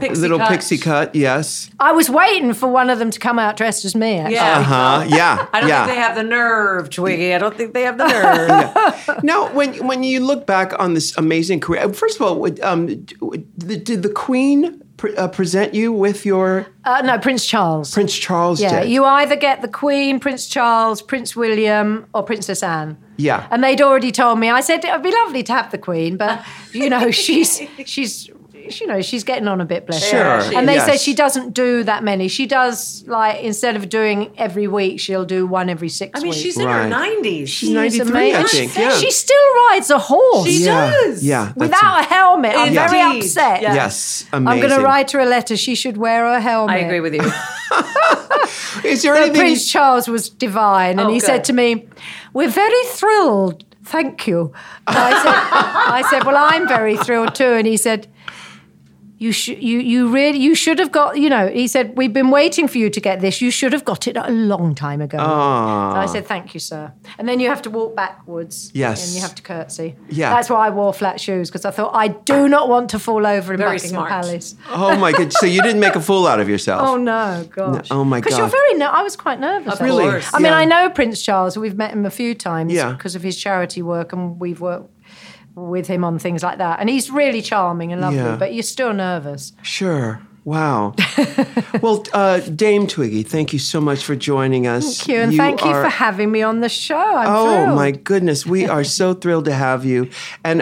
B: pixie
A: Little
B: cut.
A: pixie cut. Yes.
F: I was waiting for one of them to come out dressed as me. actually.
B: Yeah.
A: Uh huh. Yeah.
B: I don't
A: yeah.
B: think they have the nerve, Twiggy. I don't think they have the nerve.
A: Now, when when you look back on this amazing career, uh, first of all, would, um, d- did did the Queen pre- uh, present you with your
F: Uh, no, Prince Charles.
A: Prince Charles?
F: yeah.
A: did?
F: You either get the Queen, Prince Charles, Prince William, or Princess Anne.
A: Yeah.
F: And they'd already told me. I said it would be lovely to have the Queen, but you know she's she's you know she's getting on a bit. Bless her.
A: Sure.
F: And they
A: yes.
F: said she doesn't do that many. She does like instead of doing every week, she'll do one every six
B: I mean,
F: weeks.
B: she's in
A: Right.
B: her 90s.
A: She's ninety three, I think. Yeah.
F: She still rides a horse
B: She
A: yeah.
B: does.
A: Yeah. that's
F: without a helmet. I'm
B: Indeed.
F: very upset.
B: Yeah.
A: Yes,
F: I'm
A: amazing.
F: going to write her a letter. She should wear a helmet.
B: I agree with you.
A: Is there
F: But
A: anything?
F: Prince Charles was divine, and
B: Oh,
F: he
B: good.
F: said to me, "We're very thrilled. Thank you." And I said, "I said, well, I'm very thrilled too." And he said. You, should you you really you should have got you know he said we've been waiting for you to get this you should have got it a long time ago
A: Aw.
F: So I said thank you sir and then you have to walk backwards
A: Yes.
F: and you have to curtsy
A: Yeah.
F: that's why I wore flat shoes because I thought I do not want to fall over in
B: Very
F: Buckingham
B: smart.
F: Palace
A: oh my god! So you didn't make a fool out of yourself.
F: Oh no, gosh!
A: oh, my
F: Because
A: God.
F: you're very. Ner- I was quite nervous.
B: Of
F: actually.
B: Really?
F: I
B: course.
F: mean,
A: Yeah.
F: I know Prince Charles. We've met him a few times
A: Yeah.
F: because of his charity work, and we've worked with him on things like that. And he's really charming and lovely,
A: Yeah.
F: but you're still nervous.
A: Sure. Wow. well, uh, Dame Twiggy, thank you so much for joining us.
F: Thank you, and thank you for
A: are-
F: having me on the show. I'm
A: Oh
F: thrilled.
A: my goodness, we are so thrilled to have you, and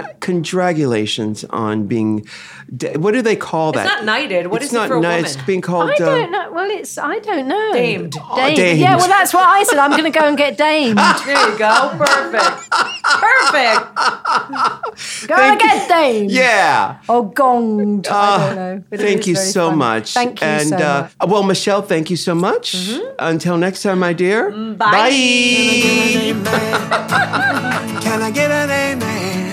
A: congratulations on being. d- What do they call that?
B: not knighted. What
A: What is
B: is it for a woman?
A: It's being called.
F: I
A: uh,
F: don't know. Well, it's I don't know.
B: Damed.
F: Damed.
B: Oh,
A: damed. Ah,
F: Yeah, well, that's what I said. I'm going to go and get damed. go
B: There you go. Perfect. Perfect.
F: and get damed.
A: Yeah. Ah,
F: Or gonged. I don't know. But it
A: Thank
F: was
A: you
F: very
A: so
F: funny.
A: much.
F: Thank you
A: and,
F: so
A: uh,
F: much. Mm-hmm.
A: Well, Michelle, thank you so much. Until next time, my dear.
F: Mm,
A: Bye.
G: Can I get an amen?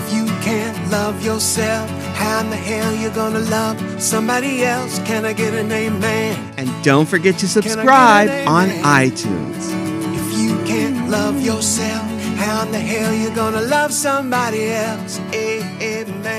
G: If you can't love yourself, how in the hell you gonna love somebody else? Can I get an amen?
A: And don't forget to subscribe on
G: amen?
A: iTunes.
G: If you can't Eh, love yourself, how in the hell you gonna love somebody else? Amen.